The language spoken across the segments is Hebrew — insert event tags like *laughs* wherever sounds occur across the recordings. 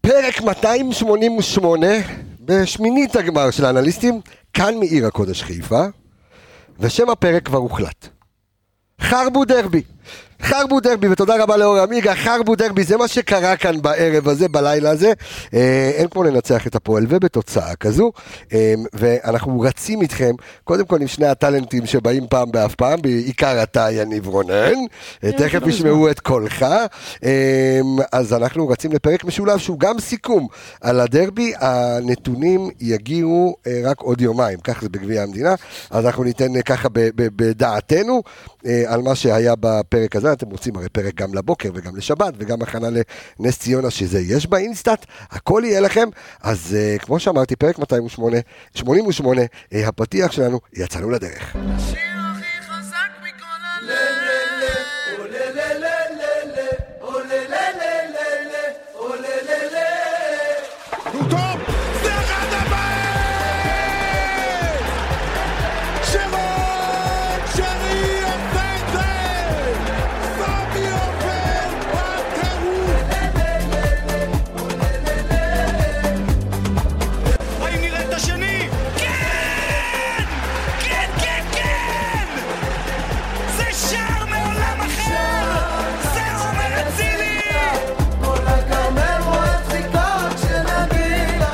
פרק 288 בשמינית הגמר של האנליסטים, כאן מעיר הקודש חיפה, ושם הפרק כבר הוחלט. חרבו דרבי. חרבו דרבי, ותודה רבה לאור עמיגה, חרבו דרבי, זה מה שקרה כאן בערב הזה, בלילה הזה. אה, אין כמו לנצח את הפועל, ובתוצאה כזו. אה, ואנחנו רצים איתכם, קודם כל עם שני הטאלנטים שבאים פעם באף פעם, בעיקר אתה, יניב רונן. אה, תכף ישמעו את קולך. אה, אז אנחנו רצים לפרק משולב שהוא גם סיכום על הדרבי. הנתונים יגיעו אה, רק עוד יומיים, כך זה בגביע המדינה. אז אנחנו ניתן אה, ככה ב- ב- בדעתנו אה, על מה שהיה בפרק הזה. אתם רוצים הרי פרק גם לבוקר וגם לשבת וגם הכנה לנס ציונה, שזה יש באינסטאט, הכל יהיה לכם. אז אה, כמו שאמרתי, פרק 208, 88, אה, הפתיח שלנו, יצאנו לדרך. השיר הכי חזק מכל הלב. הוא טוב! זה אחד הבעיה! שרון שרי עושה את זה! סמי עופר בטירוף! האם נראה את השני? כן! כן, כן, כן! זה שער מעולם אחר! זה עומר אצילי!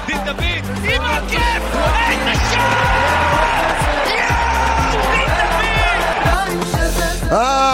דין דוד, עם הכיף! איזה שער! יואו! דין דוד!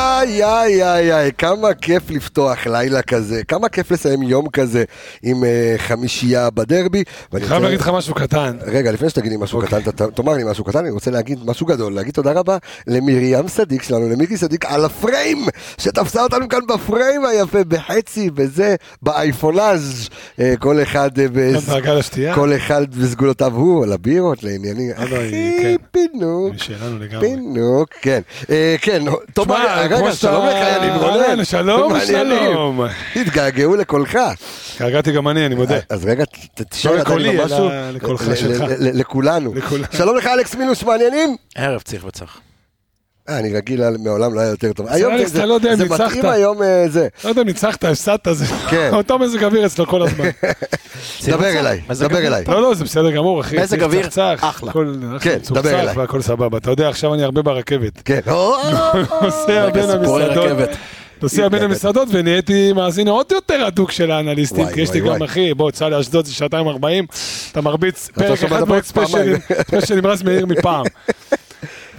איי, איי, איי, איי, כמה כיף לפתוח לילה כזה, כמה כיף לסיים יום כזה עם אה, חמישייה בדרבי. ואני חייב רוצה- להגיד לך אוקיי. משהו קטן. רגע, לפני שתגיד לי משהו קטן, ת- ת- תאמר לי משהו קטן, אני רוצה להגיד משהו גדול, להגיד תודה רבה למרים סדיק שלנו, למירי סדיק, על הפריים, שתפסה אותנו כאן בפריים היפה, בחצי, בזה, באייפונאז', אה, כל אחד אה, לא בס- דאגה לשתייה? כל אחד וסגולותיו הוא, על הבירות, לעניינים, לא, אחי, היא- כן. פינוק, היא שלנו לגמרי. פינוק, כן, אה, כן, תשמע, תאמר, לי- כמו רגע, שאתה- שלום לך, יניב רונן, אהלן, שלום, מה העניינים? שלום. התגעגעו לקולך, אה, התגעגעתי גם אני, אני מודה. אז רגע, ת- תשאר לא עדיין לקולי, עם אלא משהו. לקולך ל- ל- שלך. ל- ל- לכולנו. לכולנו. שלום לך, אלכס מינוס, מעניינים? ערב צריך וצריך. אה, אני רגיל, על- מעולם לא היה יותר טוב. היום אלכס, זה- אתה לא יודע אם זה ניצחת. מתאים היום אה, זה. לא יודע אם ניצחת, הפסדת, זה כן. אותו מזג אוויר אצלו כל *laughs* הזמן. דבר אליי, מזג דבר אוויר אליי. לא, לא, זה בסדר גמור, אחי. מזג יש אוויר, צחצח, אחלה. הכל כן, אחלה, דבר מצוחצח אליי. והכל סבבה. אתה יודע, עכשיו אני הרבה ברכבת. כן. לא. נוסע בין סיפורי המסעדות. רכבת. נוסע בין המסעדות ונהייתי מאזין עוד יותר הדוק של האנליסטים, וואי, כי יש לי וואי, גם, וואי. אחי, בוא, צא לאשדוד זה שעתיים ארבעים, אתה מרביץ פרק שומע את אחד הפרק ועוד פעמיים. ספיישלים, ספיישלים רז מאיר *laughs* מפעם.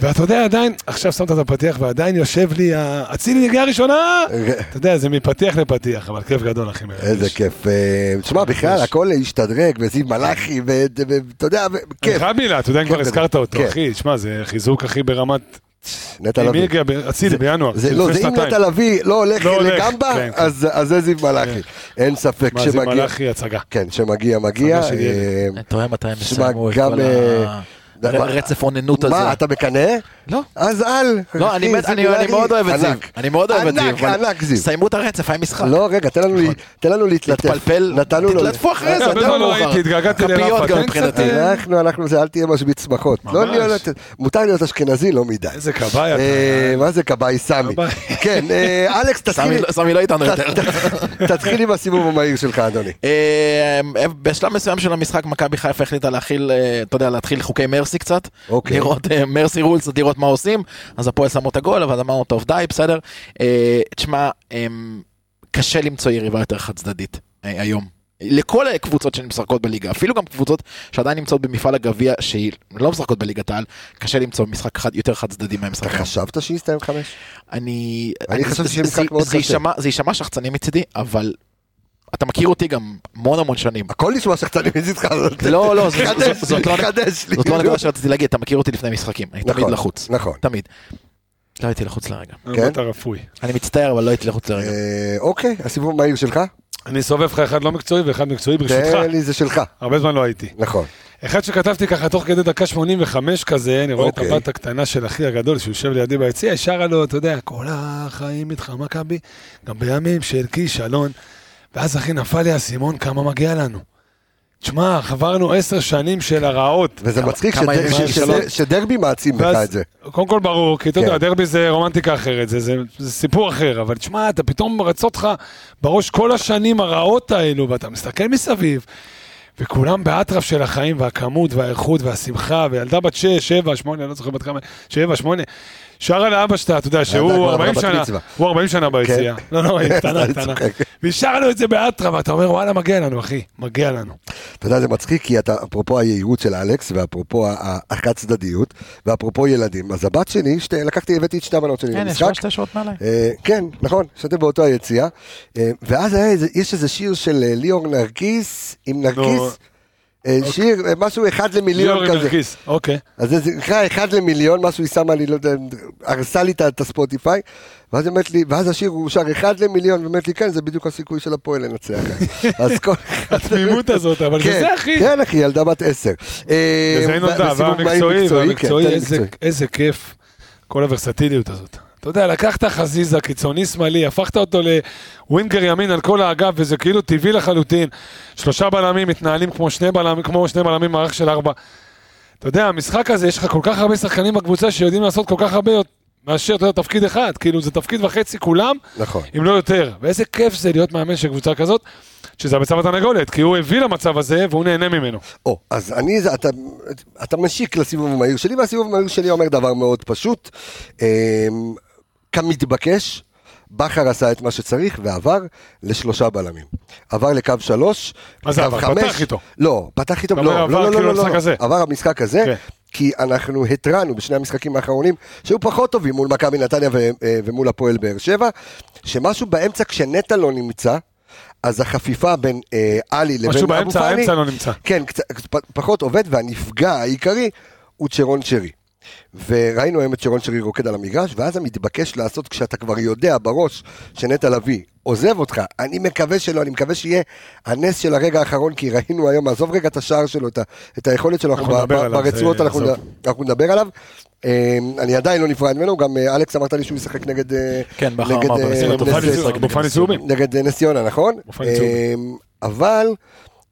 ואתה יודע, עדיין, עכשיו שמת את הפתיח ועדיין יושב לי, ה- אצילי נגיעה *laughs* ראשונה, אתה יודע, זה מפתיח לפתיח, אבל כיף גדול, אחי. מרגש. *laughs* איזה כיף. אה, תשמע, בכלל, הכל השתדרג, וזיו מלאכי, ואתה יודע, ו- אני כיף. חייב מילה, אתה יודע, אם כן, כבר הזכרת אותו, כן. אחי, שמע, זה חיזוק, אחי, ברמת... נטע לא מי לביא. הגיע? ב- אצילי, בינואר. זה- לפני לא, זה אם שנתיים. נטע לביא לא הולך לא הולך, לגמבה, כן, כן. אז אז זה זיו מלאכי. אין ספק מה, זה שמגיע. מלאכי הצגה. כן, שמגיע, מגיע. הצגה של ילד. אה, אני תוהה מתי הם שמע, יסיימו את גם, כל אה, מה- הרצף אוננות הזה. מה, אתה מקנא? לא. אז אל. לא, אני אחי, מת- זיו אני אני מלאכי, מאוד אוהב את זיו. ענק. אני מאוד אוהב את זיו. ענק, אבל ענק זיב. סיימו את הרצף, היה משחק. לא, רגע, תן לנו, לה- תן לנו להתלטף. תתפלפל. נתנו לו. תתלטפו אחרי זה, יותר הרבה זמן לא מאוחר. הייתי, התגעגעתי לרפה. כפיות גם תן מבחינתי. קצת, אה, אנחנו, אנחנו, זה אל תהיה משמיץ שמחות. לא להיות, מותר להיות אשכנזי, לא מדי. איזה כבאי אתה. אה, מה זה כבאי סמי? כבאי. כן, אה, אלכס, סמי תתחיל- לא- סמי לא איתנו ת- יותר. ת- תתחיל עם הסיבוב המהיר שלך, אדוני. אה, בשלב מסוים של המשחק מכבי חיפה החליטה להכיל, אה, אתה יודע, להתחיל חוקי מרסי קצת, אוקיי. לראות אה, מרסי רולס, לראות מה עושים, אז הפועל שמו את הגול, אבל אמרנו טוב די, בסדר. אה, תשמע, אה, קשה למצוא יריבה יותר חד צדדית אה, היום. לכל הקבוצות שמשחקות בליגה, אפילו גם קבוצות שעדיין נמצאות במפעל הגביע שהיא לא משחקות בליגת העל, קשה למצוא משחק חד, יותר חד צדדי אתה מהמשחק. הזה. חשבת שיסתיים חמש? אני... אני חשבתי זה- שיהיה משחק זה- מאוד זה קשה. יישמע- זה יישמע שחצני מצידי, אבל אתה מכיר אותי גם המון המון שנים. הכל נשמע שחצני מזיז לך. לא, לא, זאת- חדש זאת- זאת לי, לא- חדש לי. זאת לא הנקודה שרציתי להגיד, אתה מכיר אותי לפני משחקים, אני תמיד נכון, לחוץ, נכון. תמיד. לא הייתי לחוץ לרגע. כן? אתה רפוי. אני מצטער, אבל לא הייתי לחוץ לרגע. אה, אוקיי, הסיבוב המהיר שלך? אני סובב לך אחד לא מקצועי ואחד מקצועי ברשותך. תן לי, זה שלך. הרבה זמן לא הייתי. נכון. אחד שכתבתי ככה תוך כדי דקה 85 כזה, אני רואה את אוקיי. הבת הקטנה של אחי הגדול שיושב לידי ביציע, היא שרה לו, אתה יודע, כל החיים איתך מכבי, גם בימים של כישלון. ואז אחי נפל לי האסימון כמה מגיע לנו. תשמע, חברנו עשר שנים של הרעות. וזה מצחיק כמה שדר- ימים ש- שלו? שזה- שדרבי מעצים לך ואז- את זה. קודם כל ברור, כי אתה כן. יודע, דרבי זה רומנטיקה אחרת, זה- זה זה סיפור אחר, אבל תשמע, אתה פתאום רצות לך בראש כל השנים הרעות האלו, ואתה מסתכל מסביב, וכולם באטרף של החיים, והכמות, והאיכות, והשמחה, וילדה בת 6, 7, 8, אני לא זוכר בת כמה, 7, 8, שרה לאבא שלה, אתה כבר יודע, שהוא בת 40 שנה, מצווה. הוא 40 שנה ביציאה. כן. לא, לא, היא *laughs* קטנה, אני קטנה. צוחק. והשארנו את זה באטרף, ואתה אומר, וואלה, מגיע לנו, אחי, מגיע לנו. אתה יודע, זה מצחיק, כי אתה, אפרופו היהירות של אלכס, ואפרופו ה- ה- החד צדדיות, ואפרופו ילדים, אז הבת שלי, שתי, לקחתי, הבאתי את שתי הבנות כן, שלי הנה, למשחק. יש שתי שעות מעליי. אה, כן, נכון, שאתם באותו היציאה. אה, ואז היה איזה, יש איזה שיר של אה, ליאור נרקיס, עם נרקיס, אה, שיר, אה, משהו אחד למיליון אוקיי. ליאור כזה. נרקיס, אוקיי. אז זה נקרא אחד למיליון, משהו היא שמה לי, לא יודע, הרסה לי את ה- את הספוטיפיי, ואז היא אומרת לי, ואז השיר הוא שר אחד למיליון, ואומרת לי, כן, זה בדיוק הסיכוי של הפועל *laughs* לנצח. אז כל אחד... התמימות הזאת, אבל זה כן, זה, אחי. כן, אחי, ילדה בת עשר. אה, וזה אין ו- אותה, וסיבוב מהיר והמקצועי, כן, והמקצועי, כן, איזה- מקצועי. איזה כיף, כל הוורסטיליות הזאת. אתה יודע, לקחת חזיזה, קיצוני שמאלי, הפכת אותו לווינגר ימין על כל האגף, וזה כאילו טבעי לחלוטין. שלושה בלמים מתנהלים כמו שני בלמים, כמו שני בלמים מערך של ארבע. אתה יודע, המשחק הזה, יש לך כל כך הרבה שחקנים בקבוצה שיודעים לעשות כל כך הרבה מאשר, אתה יודע, תפקיד אחד. כאילו, זה תפקיד וחצי כולם, נכון. אם לא יותר. ואיזה כיף זה להיות מאמן של קבוצה כזאת, שזה המצב התרנגולת, כי הוא הביא למצב הזה והוא נהנה ממנו. או, אז אני, זה- אתה, אתה משיק לסיבוב המהיר שלי, והסיבוב המהיר שלי אומר דבר מאוד פשוט. אה, כמתבקש, בכר עשה את מה שצריך ועבר לשלושה בלמים. עבר לקו שלוש, מה זה קו עבר? חמש. פתח איתו. לא, פתח איתו, אתה לא, אומר לא, עבר לא, כאילו לא, לא, למשחק לא, הזה. עבר המשחק הזה, כן. כי אנחנו התרענו בשני המשחקים האחרונים, שהיו פחות טובים מול מכבי נתניה ו- אה, ומול הפועל באר שבע, שמשהו באמצע כשנטע לא נמצא, אז החפיפה בין אה, עלי לבין אבו פאני, משהו באמצע, האמצע לא נמצא. כן, קצת, פ- פחות עובד, והנפגע העיקרי הוא צ'רון שרי. וראינו היום את צ'רון שרי רוקד על המגרש, ואז המתבקש לעשות כשאתה כבר יודע בראש שנטע לביא עוזב אותך, אני מקווה שלא, אני מקווה שיהיה הנס של הרגע האחרון, כי ראינו היום, עזוב רגע את השער שלו, את, ה- את היכולת שלו, אנחנו ב- נדבר ב- עליו, ברצועות זה- אנחנו, עזוב. נ- אנחנו נדבר עליו. אה, אני עדיין לא נפרד ממנו, גם אה, אלכס אמרת לי שהוא ישחק נגד... אה, כן, בכר נגד, אמר אה, בנס כן, ציונה, נס- הוא ישחק ציונה, נגד מופע נס ניסויים. נגד אה, נס ציונה, נכון? מופע ניצורים. אה, אבל,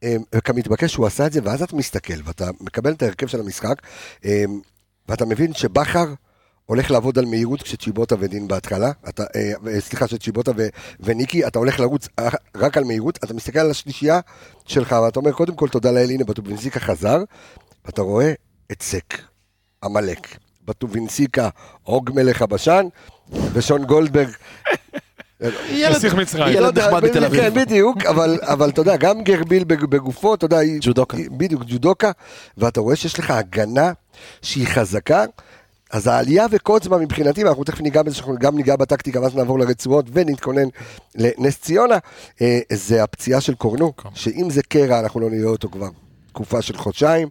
אה, כמתבקש, הוא עשה את זה, ואז אתה מסתכל, ואתה מקבל את ההרכב של המשחק, אה, ואתה מבין שבכר... הולך לעבוד על מהירות כשצ'יבוטה ודין בהתחלה, אתה, אה, אה, סליחה, כשצ'יבוטה ו- וניקי, אתה הולך לרוץ אה, רק על מהירות, אתה מסתכל על השלישייה שלך, ואתה אומר, קודם כל תודה לאל, הנה בטובינזיקה חזר, ואתה רואה את סק, עמלק, בטובינסיקה, עוג מלך הבשן, ושון גולדברג, ילד נסיך מצרים. לא ילד יודע, נחמד ב- בתל אביב. כן, בדיוק, אבל, אבל אתה יודע, גם גרביל בג- בגופו, אתה יודע, היא- ג'ודוקה. היא- בדיוק, ג'ודוקה, ואתה רואה שיש לך הגנה שהיא חזקה. אז העלייה וקוצמה מבחינתי, ואנחנו תכף ניגע בזה, שאנחנו גם ניגע בטקטיקה, ואז נעבור לרצועות ונתכונן לנס ציונה, אה, זה הפציעה של קורנו, שאם זה קרע, אנחנו לא נראה אותו כבר תקופה של חודשיים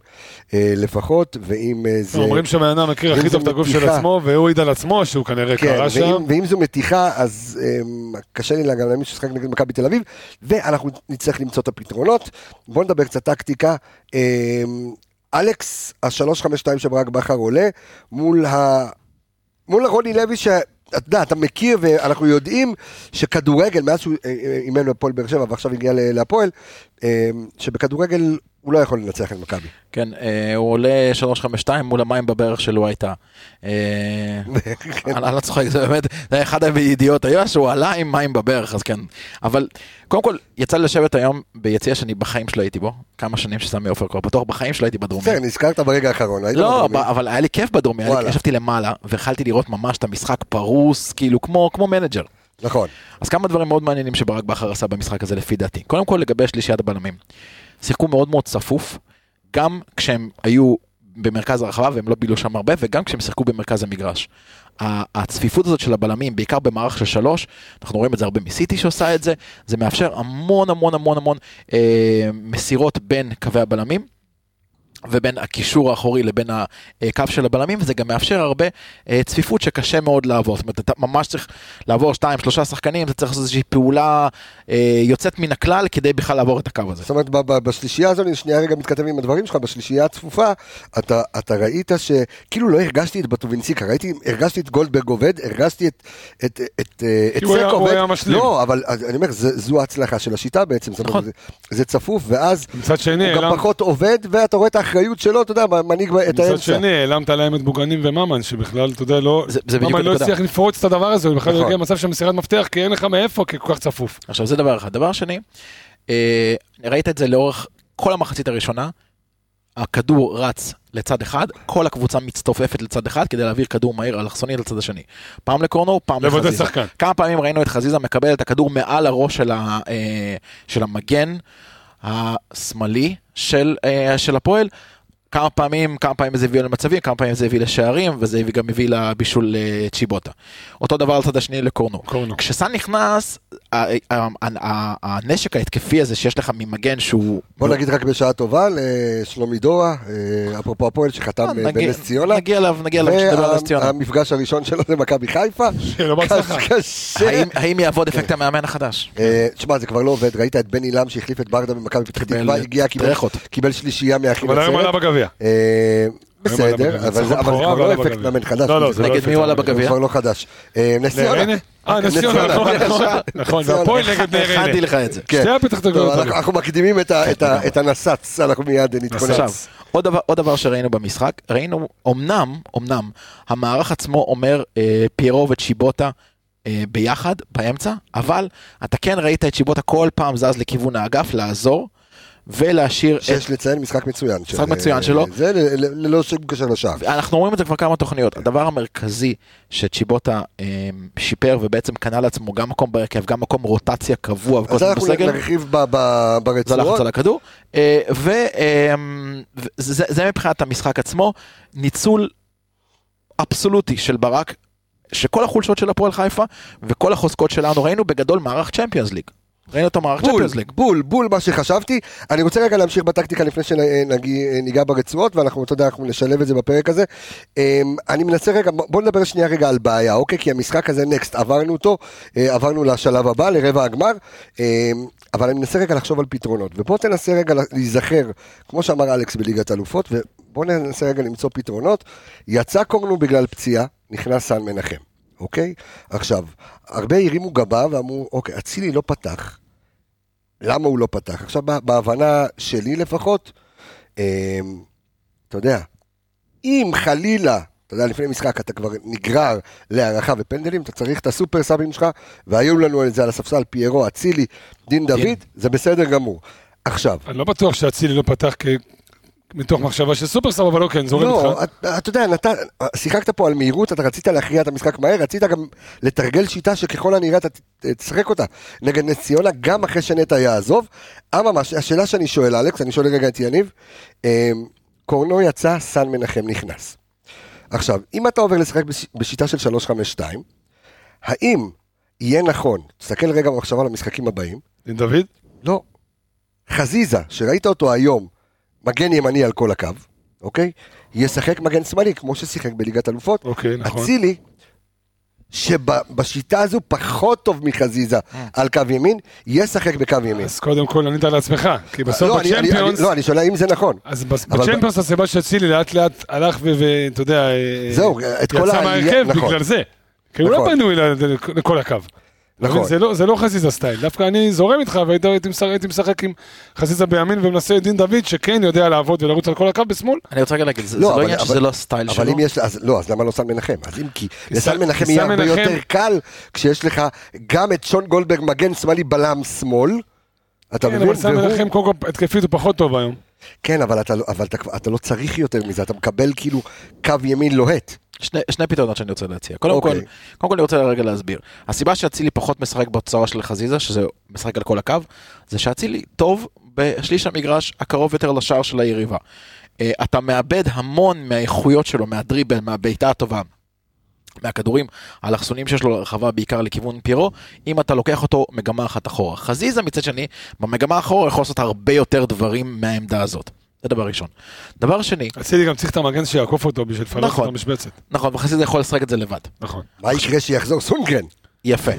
אה, לפחות, ואם אה, זה... אומרים שהבן אדם מכיר אם הכי זה טוב את הגוף של מתיחה. עצמו, והוא העיד על עצמו שהוא כנראה כן, קרה ואם, שם. ואם זו מתיחה, אז אמ, קשה לי גם להאמין ששחק נגד מכבי תל אביב, ואנחנו נצטרך למצוא את הפתרונות. בואו נדבר קצת טקטיקה. אמ, אלכס, ה-352 של ברק בכר עולה, מול ה... מול רוני לוי, שאתה יודע, אתה מכיר ואנחנו יודעים שכדורגל, מאז שהוא אה, אה, אימן בפועל באר שבע ועכשיו הגיע ל- להפועל, אמ, שבכדורגל הוא לא יכול לנצח את מכבי. *laughs* כן, אה, הוא עולה 352 מול המים בברך שלו הייתה. אה, כן. אני אני לא צוחק, זה באמת, זה היה אחד הידיעות היה שהוא עלה עם מים בברך, אז כן. אבל קודם כל, יצא לי לשבת היום ביציע שאני בחיים שלא הייתי בו, כמה שנים שסמי עופר כבר פתוח, בחיים שלא הייתי בדרומי. בסדר, נזכרת ברגע האחרון, היית לא, בדרומי. אבל- אבל היה לי כיף בדרומי, היה לי- וואלה. ישבתי למעלה והחלתי לראות ממש את המשחק פרוס, כאילו כמו כמו מנג'ר. נכון. אז כמה דברים מאוד מעניינים שברק בכר עשה במשחק הזה לפי דעתי. קודם כל לגבי שלישיית הבלמים. שיחקו מאוד מאוד צפוף, גם כשהם היו במרכז הרחבה והם לא בילו שם הרבה, וגם כשהם שיחקו במרכז המגרש. ה- הצפיפות הזאת של הבלמים, בעיקר במערך של שלוש, אנחנו רואים את זה הרבה מסיטי שעושה את זה, זה מאפשר המון המון המון המון אה, מסירות בין קווי הבלמים. ובין הקישור האחורי לבין הקו של הבלמים, וזה גם מאפשר הרבה אה, צפיפות שקשה מאוד לעבור. זאת אומרת, אתה ממש צריך לעבור שתיים, שלושה שחקנים, אתה צריך לעשות איזושהי פעולה אה, יוצאת מן הכלל כדי בכלל לעבור את הקו הזה. זאת אומרת, ב- ב- בשלישייה הזאת, אני שנייה רגע מתכתב עם הדברים שלך, בשלישייה הצפופה, אתה, אתה ראית שכאילו לא הרגשתי את בטובינסיקה, ראיתי, הרגשתי את גולדברג עובד, הרגשתי את, את, את, אה, את כי הוא היה- סק הוא עובד. היה משלים. לא, אבל אז אני אומר, זה, זו ההצלחה של השיטה בעצם, זאת אומרת, נכון. זה, זה צפוף, ואז מצד שני, הוא גם העלמת- פחות עובד, ואתה רואה את האחריות שלו, אתה יודע, מנהיג את האמצע. מצד שני, העלמת להם את בוגנים וממן, שבכלל, אתה יודע, לא... זה- זה בדיוק ממן לא הנקודה. הצליח לפרוץ את הדבר הזה, הוא בכלל נכון. הגיע למצב של מסירת מפתח, כי אין לך מאיפה, כי כל כך צפוף. עכשיו זה דבר אחד. דבר שני, אה, ראית את זה לאורך כל המחצית הראשונה, הכדור רץ לצד אחד, כל הקבוצה מצטופפת לצד אחד כדי להעביר כדור מהיר אלכסונית לצד השני. פעם לקורנו, פעם לבודד לחזיזה. שחקן. כמה פעמים ראינו את חזיזה מקבל את הכדור מעל הראש של, ה, אה, של המגן השמאלי של, אה, של הפועל. כמה פעמים, כמה פעמים זה הביא למצבים, כמה פעמים זה הביא לשערים, וזה הביא- גם הביא לבישול אה, צ'יבוטה. אותו דבר לצד השני לקורנו. קורנו. *laughs* כשסאן נכנס, ה- ה- ה- ה- הנשק ההתקפי הזה שיש לך ממגן שהוא... לא- בוא נגיד רק בשעה טובה לשלומי דורה, אה, אפרופו הפועל שחתם אה, נגיע- בנס ציונה. נגיע אליו, נגיע אליו כשנדבר על נס ציונה. והמפגש הראשון שלו זה מכבי חיפה. שלא בהצלחה. קש- קשה. האם- האם יעבוד אפקט המאמן החדש? אה, תשמע, זה כבר לא עובד, ראית את בן עילם שהחליף את ברדה במכבי פתח קיבל תקווה, הגיע, קיבל- טרחות. קיבל שלישייה מהכי אבל היום עלה נצרת. בגביע. אה, היום עלה בסדר, בגביע. אבל זה אבל זה ניצחון כבר בכורה לא ועלה אפקט בגביע. מאמן חדש. לא, לא, זה זה לא נגד מי הוא עלה בגביע? כבר לא חדש. אה, נס ציונה. לריינה? אה, נס ציונה, נכון, נכון, נכון, והפועל נגד נס ציונה. הכנתי לך את זה. כן. שתי הפתח תקווה. טוב, אנחנו- אנחנו מקדימים את ה- את ה- את הנסץ, אנחנו מיד נתכונן. עכשיו, עוד דבר, עוד דבר שראינו במשחק, ראינו, אמנם, אמנם, המערך עצמו אומר אה, פיירו וצ'יבוטה אה, ביחד, באמצע, אבל אתה כן ראית את צ'יבוטה כל פעם זז לכיוון האגף, לעזור, ולהשאיר את... שיש לציין משחק מצוין. של- משחק מצוין אה, שלו. זה ל- ל- ללא שום קשר לשער. אנחנו אומרים את זה כבר כמה תוכניות, הדבר המרכזי שצ'יבוטה אה, שיפר ובעצם קנה לעצמו גם מקום בהרכב, גם מקום רוטציה קבוע וכל אז הזמן אנחנו אוקיי, בסגל, נרחיב ב- ב- זה לחץ ברצועות. על הכדור, אה, ו- אה, וזה זה מבחינת המשחק עצמו, ניצול אבסולוטי של ברק, שכל החולשות של הפועל חיפה וכל החוזקות שלנו ראינו בגדול מערך צ'מפיונס ליג. ראינו אותו מערך בול, צ'מפיונס ליג. בול, בול מה שחשבתי. אני רוצה רגע להמשיך בטקטיקה לפני אה, שניגע ברצועות, ואנחנו, אתה יודע, אנחנו נשלב את זה בפרק הזה. אמ, אני מנסה רגע, בוא בוא נדבר שנייה רגע על בעיה, אוקיי? כי המשחק הזה נקסט, עברנו אותו, אה, עברנו לשלב הבא, לרבע הגמר, אמ, אבל אני מנסה רגע לחשוב על פתרונות. ופה תנסה רגע להיזכר, כמו שאמר אלכס בליגת אלופות, ובוא ננסה רגע למצוא פתרונות. יצא קורנו בגלל פציעה, נכנס סן מנחם. אוקיי? עכשיו, הרבה הרימו גבה ואמרו, אוקיי, אצילי לא פתח, למה הוא לא פתח. עכשיו, בה- בהבנה שלי לפחות, אמ, אתה יודע, אם חלילה, אתה יודע, לפני משחק אתה כבר נגרר להערכה ופנדלים, אתה צריך את הסופר סאבים שלך, והיו לנו את זה על הספסל, פיירו, אצילי, דין דוד, זה בסדר גמור. עכשיו, אני לא בטוח שאצילי לא פתח כ... מתוך מחשבה של סופרסאב, אבל לא כן, זורם לא, איתך. אתה- אתה יודע, נת- שיחקת פה על מהירות, אתה רצית להכריע את המשחק מהר, רצית גם לתרגל שיטה שככל הנראה אתה ת- תשחק אותה נגד נס ציונה, גם אחרי שנטע יעזוב. אממה, הש- השאלה שאני שואל, אלכס, אני שואל רגע את יניב, אמ, קורנו יצא, סן מנחם נכנס. עכשיו, אם אתה עובר לשחק בש- בשיטה של 3-5-2, האם יהיה נכון, תסתכל רגע במחשבה למשחקים הבאים, דין דוד? לא. חזיזה, שראית אותו היום, מגן ימני על כל הקו, אוקיי? ישחק מגן שמאלי, כמו ששיחק בליגת אלופות. אוקיי, נכון. אצילי, שבשיטה הזו פחות טוב מחזיזה על קו ימין, ישחק בקו ימין. אז קודם כל ענית על עצמך, כי בסוף לא, אני- אני- בצ'מפיונס, אני- לא, אני שואל האם זה נכון. אז בס- אבל- בצ'מפיונס הסיבה שאצילי לאט לאט הלך ו- ואתה יודע, אה, זהו, את כל יצא העלייה- מהרכב נכון. בגלל זה. כי הוא לא נכון. בנוי ל- לכל הקו. נכון. זה לא- זה לא חזיזה סטייל, דווקא אני זורם איתך והייתי הייתי משחק- הייתי משחק עם חזיזה בימין ומנסה את דין דוד שכן יודע לעבוד ולרוץ על כל הקו בשמאל. אני רוצה רגע להגיד, זה לא, זה לא אבל- עניין שזה אבל- לא סטייל אבל שלו. אם יש, אז לא, אז למה לא סן מנחם? אז אם כי, לסן סן- מנחם כי יהיה סן הרבה מנחם- יותר קל כשיש לך גם את שון גולדברג מגן שמאלי בלם שמאל. אתה כן, מבין? אבל סתם והוא- מנחם קודם כל התקפית הוא פחות טוב היום. כן, אבל אתה, לא- אבל אתה, כבר- אתה לא צריך יותר מזה, אתה מקבל כאילו קו ימין לוהט. שני, שני פתרונות שאני רוצה להציע. קודם okay. כל, אוקיי. קודם כל אני רוצה רגע להסביר. הסיבה שאצילי פחות משחק בצורה של חזיזה, שזה משחק על כל הקו, זה שאצילי טוב בשליש המגרש הקרוב יותר לשער של היריבה. אה, אתה מאבד המון מהאיכויות שלו, מהדריבל, מהבעיטה הטובה. מהכדורים האלכסונים שיש לו לרחבה בעיקר לכיוון פירו, אם אתה לוקח אותו מגמה אחת אחורה. חזיזה מצד שני, במגמה האחורה יכול לעשות הרבה יותר דברים מהעמדה הזאת. זה דבר ראשון. דבר שני, אצילי גם צריך את המגן שיעקוף אותו בשביל לפנות נכון. את המשבצת. נכון, וחסיד יכול לשחק את זה לבד. נכון. מה יקרה שיחזור סונגרן? יפה.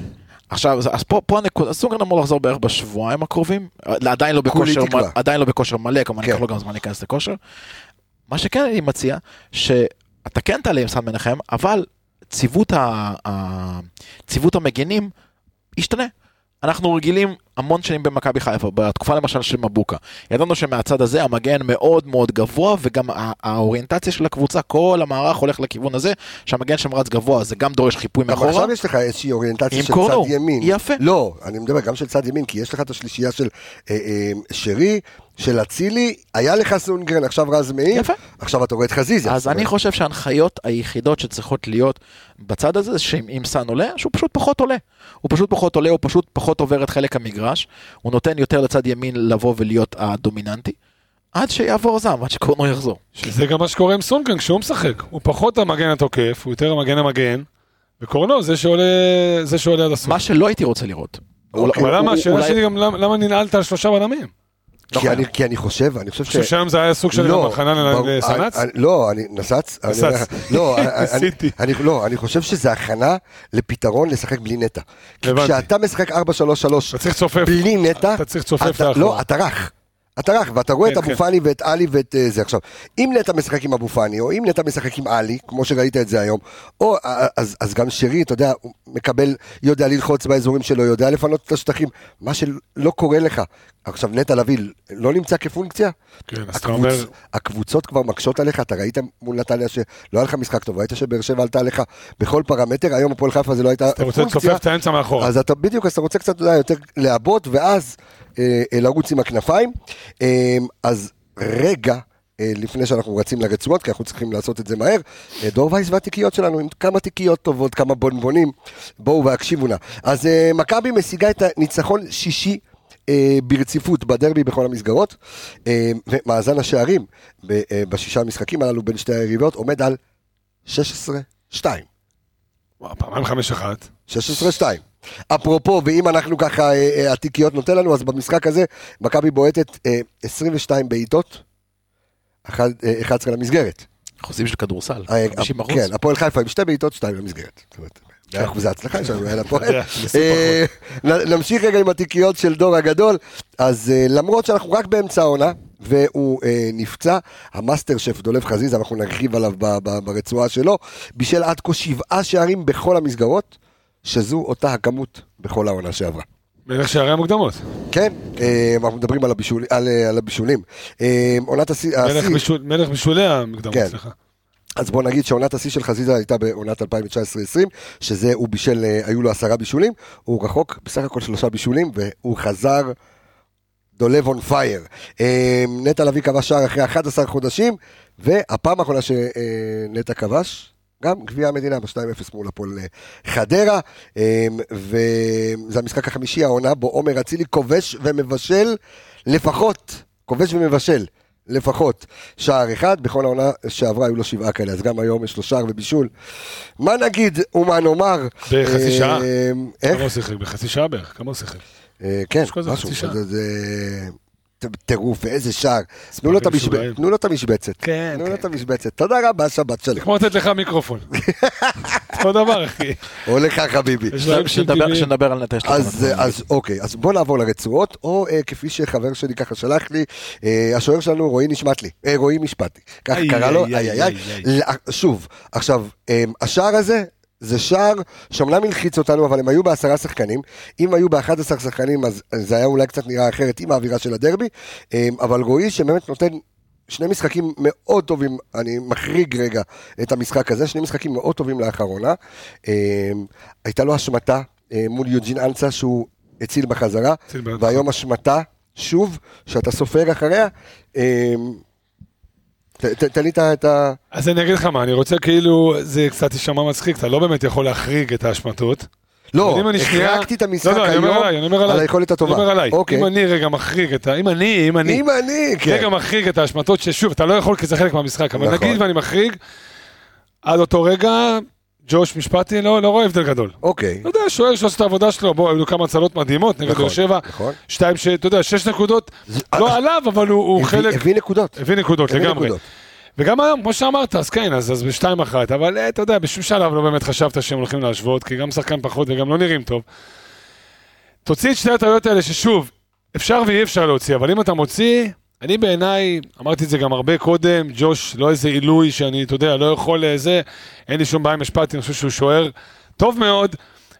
עכשיו, אז- אז פה, פה הנקודה, סונגרן אמור לחזור בערך בשבועיים הקרובים, עדיין לא כולי בכושר, תקווה. מ- עדיין לא בכושר מלא, כמובן כן. ייקח לו גם זמן להיכנס לכושר. מה שכן אני מציע, שאתה כן תעלה עם סן מנחם, אבל ציוות, ה... ה... ציוות המגינים ישתנה. אנחנו רגילים המון שנים במכבי חיפה, בתקופה למשל של מבוקה. ידענו שמהצד הזה המגן מאוד מאוד גבוה, וגם ה- האוריינטציה של הקבוצה, כל המערך הולך לכיוון הזה, שהמגן שם רץ גבוה, זה גם דורש חיפוי אבל מאחורה. עכשיו יש לך איזושהי אוריינטציה נכון. עם של קורנו. צד ימין. יפה. לא, אני מדבר גם של צד ימין, כי יש לך את השלישייה של אה, אה, שרי, של אצילי, היה לך סונגרן, עכשיו רז מאיר, יפה. עכשיו אתה רואה את חזיזה. אז זאת אני אומרת, חושב שההנחיות היחידות שצריכות להיות בצד הזה, זה שאם אם סאן עולה, שהוא פשוט פחות עולה. הוא פשוט פחות עולה, הוא פשוט פחות עובר את חלק המגרש, הוא נותן יותר לצד ימין לבוא ולהיות הדומיננטי, עד שיעבור זעם, עד שקורנו יחזור. שזה גם מה שקורה עם סונגרן כשהוא משחק. הוא פחות המגן התוקף, הוא יותר המגן המגן, וקורנו זה שעולה זה שעולה על הסוף. מה שלא הייתי רוצה לראות. אוקיי, אולי- אבל למה, אולי- השאלה שלי גם למה למה ננעלת על שלושה בלמים? כי אני- כי אני חושב, אני חושב ש... אני חושב שהיום זה היה סוג של לא, הכנה ברור, לסנץ? אני- אני- לא, אני נסץ. אני נסץ. אומר לך, *laughs* לא, אני- אני- ניסיתי. אני- לא, אני חושב שזה הכנה לפתרון לשחק בלי נטע. כי הבנתי. כשאתה משחק 4-3-3 אתה צריך צופף. בלי נטע, אתה צריך צופף אתה- לאחור. לא, אתה רך. אתה רך, ואתה רואה כן, את אבו כן. פאני ואת עלי ואת אה, זה. עכשיו, אם נטע משחק עם אבו פאני, או אם נטע משחק עם עלי, כמו שראית את זה היום, או, אה, אז אז גם שרי, אתה יודע, הוא מקבל, יודע ללחוץ באזורים שלו, יודע לפנות את השטחים, מה שלא קורה לך. עכשיו, נטע לביא לא נמצא כפונקציה? כן, אז אתה הקבוצ- אומר- הקבוצות כבר מקשות עליך, אתה ראית מול נתניה שלא היה לך משחק טוב, ראית שבאר שבע עלתה עליך בכל פרמטר, היום הפועל חיפה זה לא הייתה אתה רוצה לצופף את האמצע מאחורה. אז אתה בדיוק, אז אתה רוצה קצת אתה יודע, יותר לעבות, ואז אה, אה, לרוץ עם הכנפיים. אה, אז רגע. אה, לפני שאנחנו רצים לרצועות, כי אנחנו צריכים לעשות את זה מהר. אה, דור וייס והתיקיות שלנו, עם כמה תיקיות טובות, כמה בונבונים, בואו והקשיבו נא. אז אה, מכבי משיגה את הניצחון שישי אה, ברציפות בדרבי בכל המסגרות, אה, ומאזן השערים ב- אה, בשישה המשחקים הללו בין שתי היריבות עומד על 16-2. וואו, פעמיים חמש אחת. 16-2. אפרופו, ואם אנחנו ככה, אה, אה, התיקיות נותן לנו, אז במשחק הזה, מכבי בועטת אה, 22 בעיטות, אחד- אה, 11 למסגרת. חוזים של כדורסל, אה, 50 אחוז. כן, הפועל חיפה עם שתי בעיטות, שתיים למסגרת. זאת אומרת, מאה אחוז ההצלחה שלנו, היה לפועל. יודע, ניסו אה, נ- נמשיך רגע עם התיקיות של דור הגדול. אז אה, למרות שאנחנו רק באמצע העונה, והוא אה, נפצע, המאסטר שף דולב חזיזה, אנחנו נרחיב עליו ב- ב- ברצועה שלו, בישל עד כה שבעה שערים בכל המסגרות, שזו אותה הכמות בכל העונה שעברה. מלך שערי המוקדמות. כן, אה, אנחנו מדברים על הבישול- על, אה, על הבישולים. אה, עונת השיא... מלך השיא- בישול- מלך בשולי המוקדמות, כן. סליחה. אז בוא נגיד שעונת השיא של חזיזה הייתה בעונת 2019-2020, שזה הוא בישל, אה, היו לו עשרה בישולים, הוא רחוק בסך הכל שלושה בישולים, והוא חזר דולב און פייר. אה, נטע לביא כבש שער אחרי 11 חודשים, והפעם האחרונה שנטע כבש, גם גביע המדינה ב-2-0 מול הפועל אה, חדרה, אה, וזה המשחק החמישי העונה בו עומר אצילי כובש ומבשל לפחות, כובש ומבשל. לפחות שער אחד, בכל העונה שעברה היו לו שבעה כאלה, אז גם היום יש לו שער ובישול. מה נגיד ומה נאמר? בחצי אה, שעה. איך? כמה הוא שיחק? בחצי שעה בערך, כמה הוא שיחק? אה, כן, משהו כזה, משהו, חצי שעה. זה- זה ט- טירוף, איזה שער. תנו לו את המשבצת, משוגעים. תנו לו את המשבצת. כן, תנו כן, לו את המשבצת. תודה רבה, שבת שלום. כמו לתת לך *laughs* מיקרופון. אותו דבר, אחי. או לך חביבי. יש להם שם שנדבר- טבעי. שנדבר על נטע, יש לו כמה אז, דברים. אה, אז אוקיי, אז בוא נעבור לרצועות, או אה, כפי שחבר שלי ככה שלח לי, אה, השוער שלנו רועי נשמט לי, אה, רועי משפטי, ככה איי, קרא לו, איי, איי איי, איי איי, לא, שוב, עכשיו, אה, השער הזה, זה שער שאומנם הלחיץ אותנו, אבל הם היו בעשרה שחקנים, אם היו באחד עשר שחקנים, אז אז זה היה אולי קצת נראה אחרת עם האווירה של הדרבי, אה, אבל רועי שבאמת נותן... שני משחקים מאוד טובים, אני מחריג רגע את המשחק הזה, שני משחקים מאוד טובים לאחרונה. אה, הייתה לו השמטה אה, מול יוג'ין אנסה שהוא הציל בחזרה, הציל בחזרה. והיום השמטה, שוב, שאתה סופר אחריה. אה, ת- ת- תן לי את ה- את ה... אז אני אגיד לך מה, אני רוצה כאילו, זה קצת יישמע מצחיק, אתה לא באמת יכול להחריג את ההשמטות. לא, אבל אם אני שנייה- החרגתי את המשחק לא, לא, אני היום אומר עליי, אני אומר על עליי. היכולת הטובה. אני אומר עליי. אוקיי. אם אני רגע מחריג את ה... אם אני, אם אני... אם אני, כן. רגע מחריג את ההשמטות, ששוב, אתה לא יכול כי זה חלק מהמשחק, אבל נכון. נגיד ואני מחריג, עד אותו רגע, ג'וש משפטי, לא, לא רואה הבדל גדול. אוקיי. אתה יודע, שוער שעושה את העבודה שלו, בוא, היו לו כמה הצלות מדהימות נגד נכון, באר שבע. נכון. שתיים, ש- אתה יודע, שש נקודות, אה, לא עליו, אבל הוא- הוא הביא- חלק... הביא נקודות. הביא נקודות הביא לגמרי. לא נקודות. וגם היום, כמו שאמרת, אז כן, אז, אז בשתיים אחת, אבל אה, אתה יודע, בשום שלב לא באמת חשבת שהם הולכים להשוות, כי גם שחקן פחות וגם לא נראים טוב. תוציא את שתי הטעויות האלה, ששוב, אפשר ואי אפשר להוציא, אבל אם אתה מוציא, אני בעיניי, אמרתי את זה גם הרבה קודם, ג'וש לא איזה עילוי שאני, אתה יודע, לא יכול אה, זה, אין לי שום בעיה עם משפטי, אני חושב שהוא שוער טוב מאוד,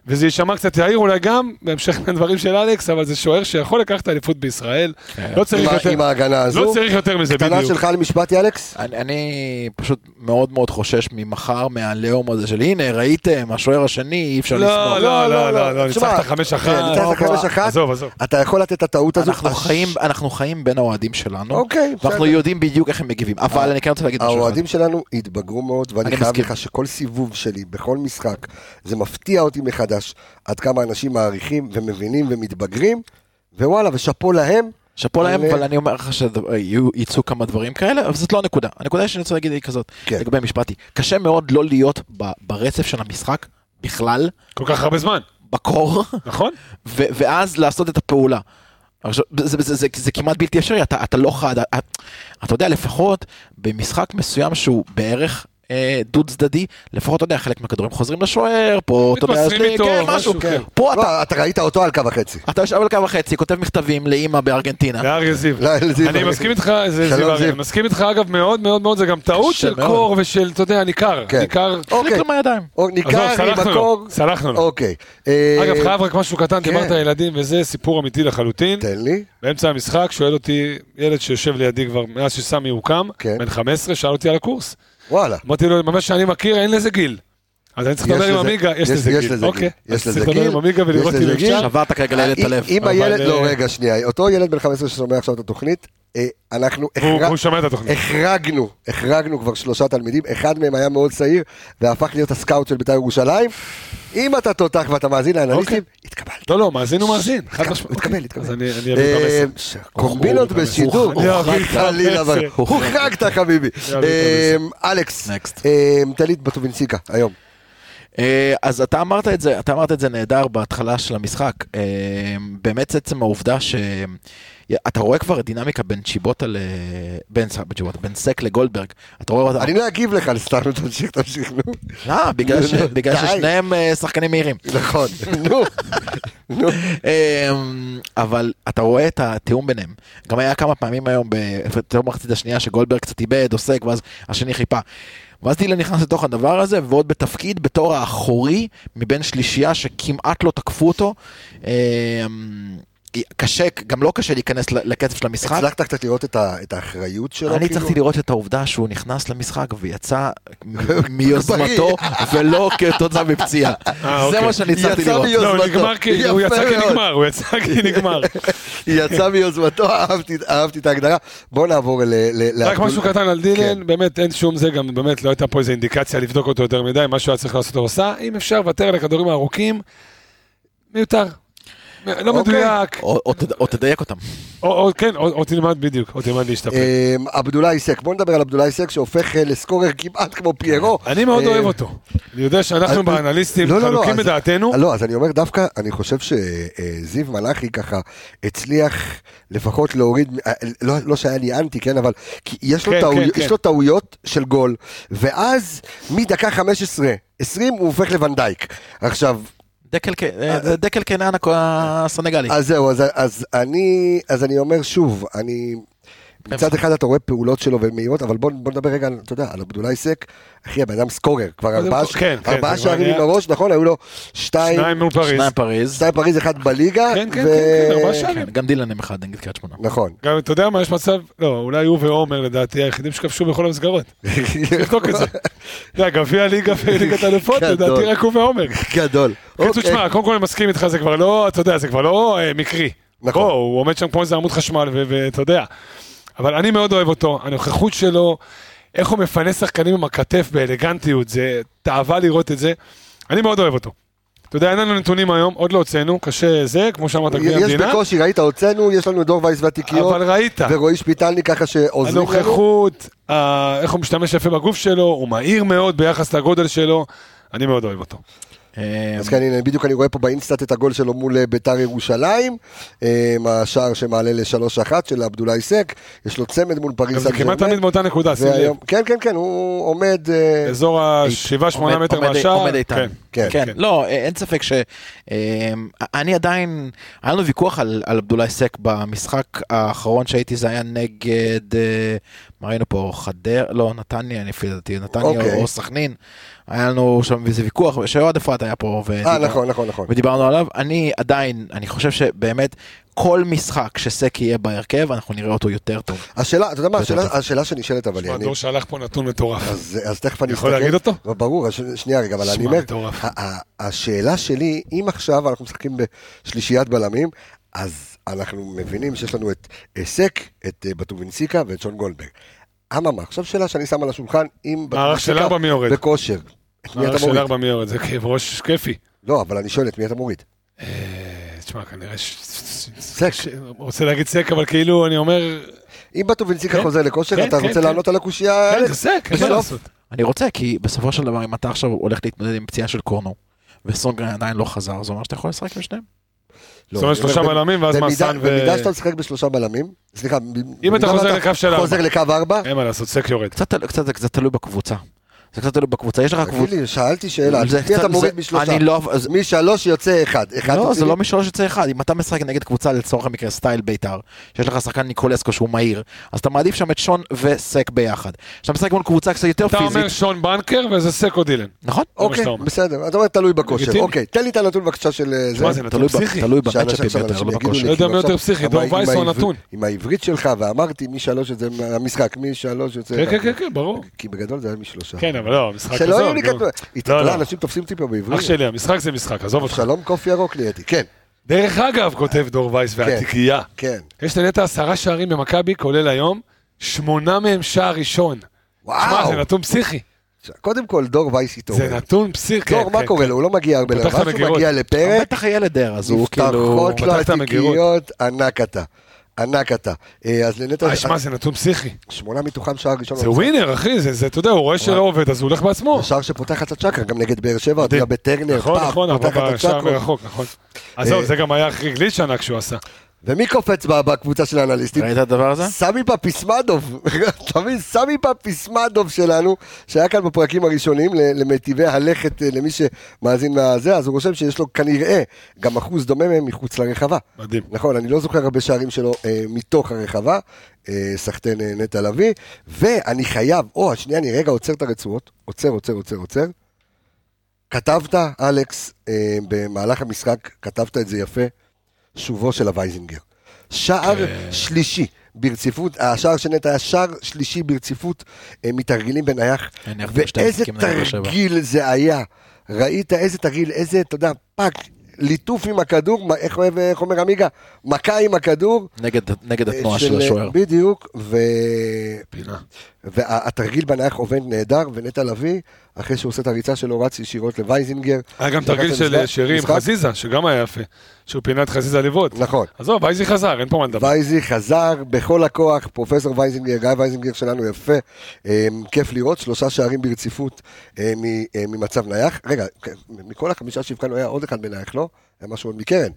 וזה יישמע קצת יאיר אולי גם, בהמשך לדברים של אלכס, אבל זה שוער שיכול לקחת אליפות בישראל, לא כן. עם צריך ה- יותר- עם ההגנה הזו. לא צריך יותר מזה, קטנה בדיוק. שלך למשפטי, אלכס? אני, אני פשוט מאוד מאוד חושש ממחר מהלאום הזה של הנה ראיתם השוער השני אי אפשר לסמוך. לא, לא, לא, לא, לא, תשמע, ניצחת חמש אחת. כן, ניצחת חמש אחת. עזוב, עזוב. אתה יכול לתת את הטעות הזו. אנחנו הש- חיים אנחנו חיים בין האוהדים שלנו אוקיי, ואנחנו בסדר. אה, יודעים בדיוק איך הם מגיבים אבל אני כן רוצה להגיד משהו אחד. האוהדים שלנו התבגרו מאוד, ואני אני חייב מסכים. לך שכל סיבוב שלי, בכל משחק, זה מפתיע אותי מחדש, עד כמה אנשים מעריכים ומבינים ומתבגרים, ווואלה, ושאפו להם. שאפו להם, אבל- אבל אני אומר לך שיצאו כמה דברים כאלה, אבל זאת לא הנקודה. הנקודה שאני רוצה להגיד היא כזאת, כן. לגבי משפטי. קשה מאוד לא להיות ב- ברצף של המשחק, בכלל, כל כך הרבה זמן, בקור, *laughs* נכון? אה, ו- ואז לעשות את הפעולה. עכשיו, זה, זה, זה, זה, זה כמעט בלתי אפשרי, אתה, אתה לא חד, אתה, אתה יודע, לפחות במשחק מסוים שהוא בערך אה, דו צדדי, לפחות אתה יודע, חלק מהכדורים חוזרים לשוער, פה אתה יודע, מתמסרים זה- איתו, כן, משהו, משהו, כן. פה אתה, לא, אתה ראית אותו על קו וחצי. אתה יושב על קו וחצי, כותב מכתבים לאימא בארגנטינה. לאריה זיו. לא, זיו. אני מסכים איתך, זה שלום, זיו אריה. זיו. אני מסכים איתך אגב מאוד מאוד מאוד, זה גם טעות קשה של מאוד. קור ושל, אתה יודע, ניכר. כן. ניכר. אוקיי. לו מהידיים. או עזוב, ניכר עם סלחנו הקור. לו, סלחנו לו. אוקיי. אה, אגב, חייב רק משהו קטן, כן. דיברת על ילדים, וזה סיפור אמיתי לחלוטין. תן לי. באמצע המשחק שואל אותי ילד שיושב לידי כבר מאז שסמי הוקם, כן. בן 15, שאל אותי על הקורס. וואלה. אמרתי לו, ממה שאני מכיר, אין לזה גיל. אז אני צריך יש לדבר עם לזה- עמיגה, יש יש- לזה יש גיל. לזה גיל. אוקיי. יש אז לזה צריך לדבר גיל, עם עמיגה ולראות יש אם לזה גיל. אפשר. שברת כרגע לילד את הלב. אם אבל, הילד, אה, לא רגע שנייה, אותו ילד בן 15 ששומע עכשיו את התוכנית, אה, אנחנו והוא החרג- והוא שומע את התוכנית. החרגנו, החרגנו כבר שלושה תלמידים, אחד מהם היה מאוד צעיר והפך להיות הסקאוט של בית"ר ירושלים. אם אתה תותח ואתה מאזין לאנליסטים, התקבלת. לא, לא, מאזין הוא *laughs* מאזין. חד משמעית. התקבל, התקבל. אז אני אני אביא את המסר. אה, ש- קומבינות הוא- בשידור, הוא- הוא- הוא- חלילה, הוא- אבל- הוא- הוחרגת חביבי. הוא- אה, אלכס, Next. אה, טלית בטובינציקה, היום. אה, אז אתה אמרת את זה, אתה אמרת את זה נהדר בהתחלה של המשחק. אה, באמת עצם העובדה ש... אתה רואה כבר דינמיקה בין צ'יבוטה ל... בין, סליחה, בין צ'יבוטה, בין סק לגולדברג. אתה רואה אותה... אני לא אגיב לך, סתם תמשיך, תמשיך, נו. לא, בגלל, *laughs* ש... בגלל די. ששניהם אה, שחקנים מהירים. נכון, נו. נו. אמ, אבל אתה רואה את התיאום ביניהם. גם היה כמה פעמים היום, בתור מחצית השנייה, שגולדברג קצת איבד, עוסק, ואז השני חיפה. ואז דילן נכנס לתוך הדבר הזה, ועוד בתפקיד בתור האחורי מבין שלישייה שכמעט לא תקפו אותו. אמ, קשה, גם לא קשה להיכנס ל- לקצב של המשחק. הצלחת קצת לראות את ה- את האחריות שלו? אני כאילו? הצלחתי לראות את העובדה שהוא נכנס למשחק ויצא מ- מיוזמתו ולא כתוצאה מפציעה. אה, זה אוקיי. מה שאני הצלחתי יצא לראות. מיוזמתו. לא, הוא נגמר כי, הוא יפה יצא כי מאוד. נגמר, הוא יצא *laughs* כי נגמר. יצא מיוזמתו, אהבתי- אהבתי את ההגדרה. בוא נעבור ל... ל- רק לעבדול- משהו קטן על דילן, כן. באמת אין שום זה, גם באמת לא הייתה פה איזו אינדיקציה לבדוק אותו יותר מדי, מה שהוא היה צריך לעשות הוא עושה. אם אפשר, לוותר על הכדורים הארוכים, מיותר. לא אוקיי. מדויק, או- או תד- או תדייק אותם. או או- כן, או או תלמד בדיוק, או תלמד להשתפר. אמ, עבדולאי סק, בוא נדבר על עבדולאי סק שהופך אה, לסקורר כמעט כמו פיירו. אני מאוד אה, אוהב אותו. אני יודע שאנחנו אז- באנליסטים לא, לא, לא, חלוקים אז- בדעתנו. לא, אז אני אומר דווקא, אני חושב שזיו מלאכי ככה הצליח לפחות להוריד, אה, לא, לא שהיה לי אנטי, כן, אבל כי יש, לו כן, טעו, כן, יש כן. לו טעויות של גול, ואז מדקה 15, 20 הוא הופך לוונדייק. עכשיו, דקל ק- אה, זה דקל קנען הכ- הסנגלי. אז זהו, אז, אז, אני, אז אני אומר שוב, אני... מצד אחד אתה רואה פעולות שלו ומהירות, אבל בוא, בוא נדבר רגע, על, אתה יודע, על עבדולאי סק, אחי, הבן אדם סקורר, כבר קודם ארבעה כל, ש- כן, כן, ארבעה זה שערים כבר עם נהיה- הראש, נכון? היו לו שתיים, שניים מול פריז. שניים פריז. שתיים פריז, אחד בליגה. כן, כן, ו- כן, ארבעה שערים. כן, גם דילן הם אחד נגד קריית שמונה. נכון. גם אתה יודע מה, יש מצב, לא, אולי הוא ועומר לדעתי היחידים שכבשו בכל המסגרות. תבדוק את זה. אתה יודע, גביע ליגה *laughs* וליגת אלופות, גדול. לדעתי רק הוא ועומר. *laughs* גדול. בקיצור, אוקיי. כן, תשמע, קודם כל אני מסכים איתך, זה כבר לא, אתה יודע, זה כבר לא אה, מקרי. נכון. נכון. בוא, הוא עומד שם כמו איזה עמוד חשמל, ו- ואתה יודע. אבל אני מאוד אוהב אותו, הנוכחות שלו, איך הוא מפנה שחקנים עם הכתף באלגנטיות, זה תאווה לראות את זה. אני מאוד אוהב אותו. אתה יודע, אין לנו נתונים היום, עוד לא הוצאנו, קשה זה, כמו שאמרת, גביע יש המדינה. בקושי, ראית, הוצאנו, יש לנו את דור וייס והתיקיות, אבל ראית, ורועי שפיטלני ככה שעוזרים לנו. הנוכחות, ה- איך הוא משתמש יפה בגוף שלו, הוא מהיר מאוד ביחס לגודל שלו. אני מאוד אוהב אותו. אה, אז כן, הנה, בדיוק אני רואה פה באינסטאט את הגול שלו מול אה, ביתר ירושלים, אה, השער שמעלה ל-3-1 של עבדולאי סק, יש לו צמד מול גם פריס זה כמעט תמיד מאותה נקודה, שים לב. והיום- כן, כן, כן, הוא עומד... אה, אזור ה-7-8 עומד- מטר עומד- מהשער. עומד איתן. כן. כן. כן, כן. לא, אה, אין ספק ש... אה, אני עדיין... היה לנו ויכוח על על עבדולאי סק במשחק האחרון שהייתי, זה היה נגד... אה, מה ראינו פה? חדר? לא, נתניה לפי דעתי, נתניה אוקיי. או סכנין. היה לנו שם איזה ויכוח, שאוהד אפרת היה פה. אה, ודיבר- נכון, נכון, נכון. אוקיי. ודיברנו עליו. אני עדיין, אני חושב שבאמת, כל משחק שסק יהיה בהרכב, אנחנו נראה אותו יותר טוב. השאלה, אתה יודע מה, יותר השאלה- טוב. השאלה שנשאלת אבל, היא, אני- הדור שלח פה נתון מטורף. אז אז תכף אני יכול להגיד אותו? לא, ברור, הש- שנייה רגע, אבל שמע, אני אה, אומר, מטורף. ה- ה- השאלה שלי, אם עכשיו אנחנו משחקים בשלישיית בלמים, אז אנחנו מבינים שיש לנו את אה, סק, את אה, בטובינסיקה ואת שון גולדברג. אממה, עכשיו שאלה שאני שם על השולחן, אם מערך של ארבע מי יורד? בכושר. את מי אתה מערך של מוריד? ארבע מיליון, זה כאב ראש כיפי. לא, אבל אני שואל את מי אתה מוריד. אה, תשמע, כנראה ש... סק. ש- רוצה להגיד סק, אבל כאילו, אני אומר... אם בטובינסיקה כן, חוזר לכושר, כן, אתה כן, רוצה כן. לענות על הקושייה? כן, זה סק, אין מה אה, בסוף. לעשות. אני רוצה, כי בסופו של דבר, אם אתה עכשיו הולך להתמודד עם פציעה של קורנו, וסונגרן עדיין לא חזר, זה אומר שאתה יכול לשחק עם שניהם. לא, זאת אומרת, אני אומר, שלושה במ- בלמים, ואז במידה- מאסן ו- במידה שאתה משחק בשלושה בלמים, סליחה, ב- אם במידה אתה חוזר ואתה לקו של ארבע. כן, חוזר לקו ארבע, אין מה לעשות, סק יורד. קצת, קצת, זה קצת תלוי בקבוצה. זה קצת תלוי בקבוצה, יש לך קבוצה... תגיד לי, שאלתי שאלה, זה מי קצת- אתה מוריד זה- משלושה? אני לא... אז- משלוש יוצא אחד. אחד לא, זה רציני? לא משלוש יוצא אחד. אם אתה משחק נגד קבוצה לצורך המקרה סטייל בית"ר, שיש לך שחקן ניקולסקו שהוא מהיר, אז אתה מעדיף שם את שון וסק ביחד. כשאתה משחק מול קבוצה קצת יותר אתה פיזית, אומר שון בנקר וזה סק או דילן. נכון? אוקיי, שאתה אומר. בסדר, אתה אומר תלוי בכושר. לגיטימי. אוקיי, תן לי את הנתון בבקשה של אה, זה. שמע, זה נתון תלוי ב- פסיכי. תלוי שאלה במצ'אפים שעכשיו יותר, אנשים לא יגידו לי, בכושר. לא יודע כאילו, מי יותר עכשיו, פסיכי, עם דור ה- עם וייס או העברית- נתון. עם העברית שלך, ואמרתי משלוש את זה מהמשחק, משלוש יוצא כן, אחד. כן, כן, כן, ברור. כי בגדול זה היה משלושה. כן, אבל לא, המשחק שלא עזוב, יהיו לי נו. כתוב. לא, לא. התקלה, אנשים תופסים אותי פה בעברית. אח שלי, המשחק זה משחק, עזוב אותך. שלום, קוף ירוק נהייתי. כן, דרך אגב, כותב דור וייס והתיקייה. כן. יש לנטע עשרה שערים במכבי, כולל היום, שמונה מהם שער ראשון. שמע, וואו. זה נתון פסיכי. קודם כל, דור וייס זה התעורר. נתון פסיכי. דור, כן, מה כן, קורה כן. לו? הוא לא מגיע הרבה פתח את לרמה, הוא המגירות. מגיע לפרק. בטח ילד ער, אז הוא כאילו... נפתחות לו פתח את המגירות. התיקיות, ענק אתה. ענק אתה. לא, אה, אז לנטע, אה, שמע, זה נתון פסיכי. שמונה מתוכם שער ראשון. זה ווינר, אחי, זה, זה, אתה יודע, הוא רואה נכון. שלא עובד, אז הוא הולך בעצמו. שער שפותח את הצ'קרה, גם נגד באר שבע, נכון, אתה יודע, בטרנר, נכון, פאק, נכון, פותח אבל את בשער הצ'קרות. מרחוק, נכון. עזוב, אה, זה גם היה הכי גליץ' ענק שהוא עשה. ומי קופץ ב- בקבוצה של האנליסטים? ראית את הדבר הזה? סמי פפיסמדוב, *laughs* אתה מבין? סמי פפיסמדוב שלנו, שהיה כאן בפרקים הראשונים ל- למיטיבי הלכת, אה, למי שמאזין מהזה, אז הוא רושם שיש לו כנראה גם אחוז דומה מהם מחוץ לרחבה. מדהים. נכון, אני לא זוכר הרבה שערים שלו אה, מתוך הרחבה, אה, סחטיין אה, נטע לביא, ואני חייב, או, שנייה, אני רגע עוצר את הרצועות, עוצר, עוצר, עוצר, עוצר. כתבת, אלכס, אה, במהלך המשחק, כתבת את זה יפה, שובו של הווייזינגר. שער כן. שלישי ברציפות, השער של נטע היה שער שלישי ברציפות, אה, מתרגילים בנייח, אין איך שתי ואיזה משחקים נגד באר שבע. תרגיל זה היה. ראית איזה תרגיל, איזה, אתה יודע, פאק, ליטוף עם הכדור, מה- איך אוהב, איך אומר עמיגה? מכה עם הכדור. נגד- נגד התנועה של אה, השוער. בדיוק, ו... והתרגיל בנייח עובד נהדר, ונטע לביא, אחרי שהוא עושה את הריצה שלו, רץ ישירות לווייזינגר. היה גם שלקח את תרגיל של המשחק- אה, שירי עם משחק. חזיזה, שגם היה יפה. שהוא פינה את חזיזה לבעוט. נכון. עזוב, וייזי חזר, אין פה מה לדבר. וייזי חזר בכל הכוח, פרופסור וייזינגר, גיא וייזינגר שלנו יפה, אמ, כיף לראות, שלושה שערים ברציפות אמ, מ- אמ, ממצב נייח. רגע, כ- מכל החמישה שהבקענו היה עוד אחד בנייח, לא? היה משהו עוד מקרן,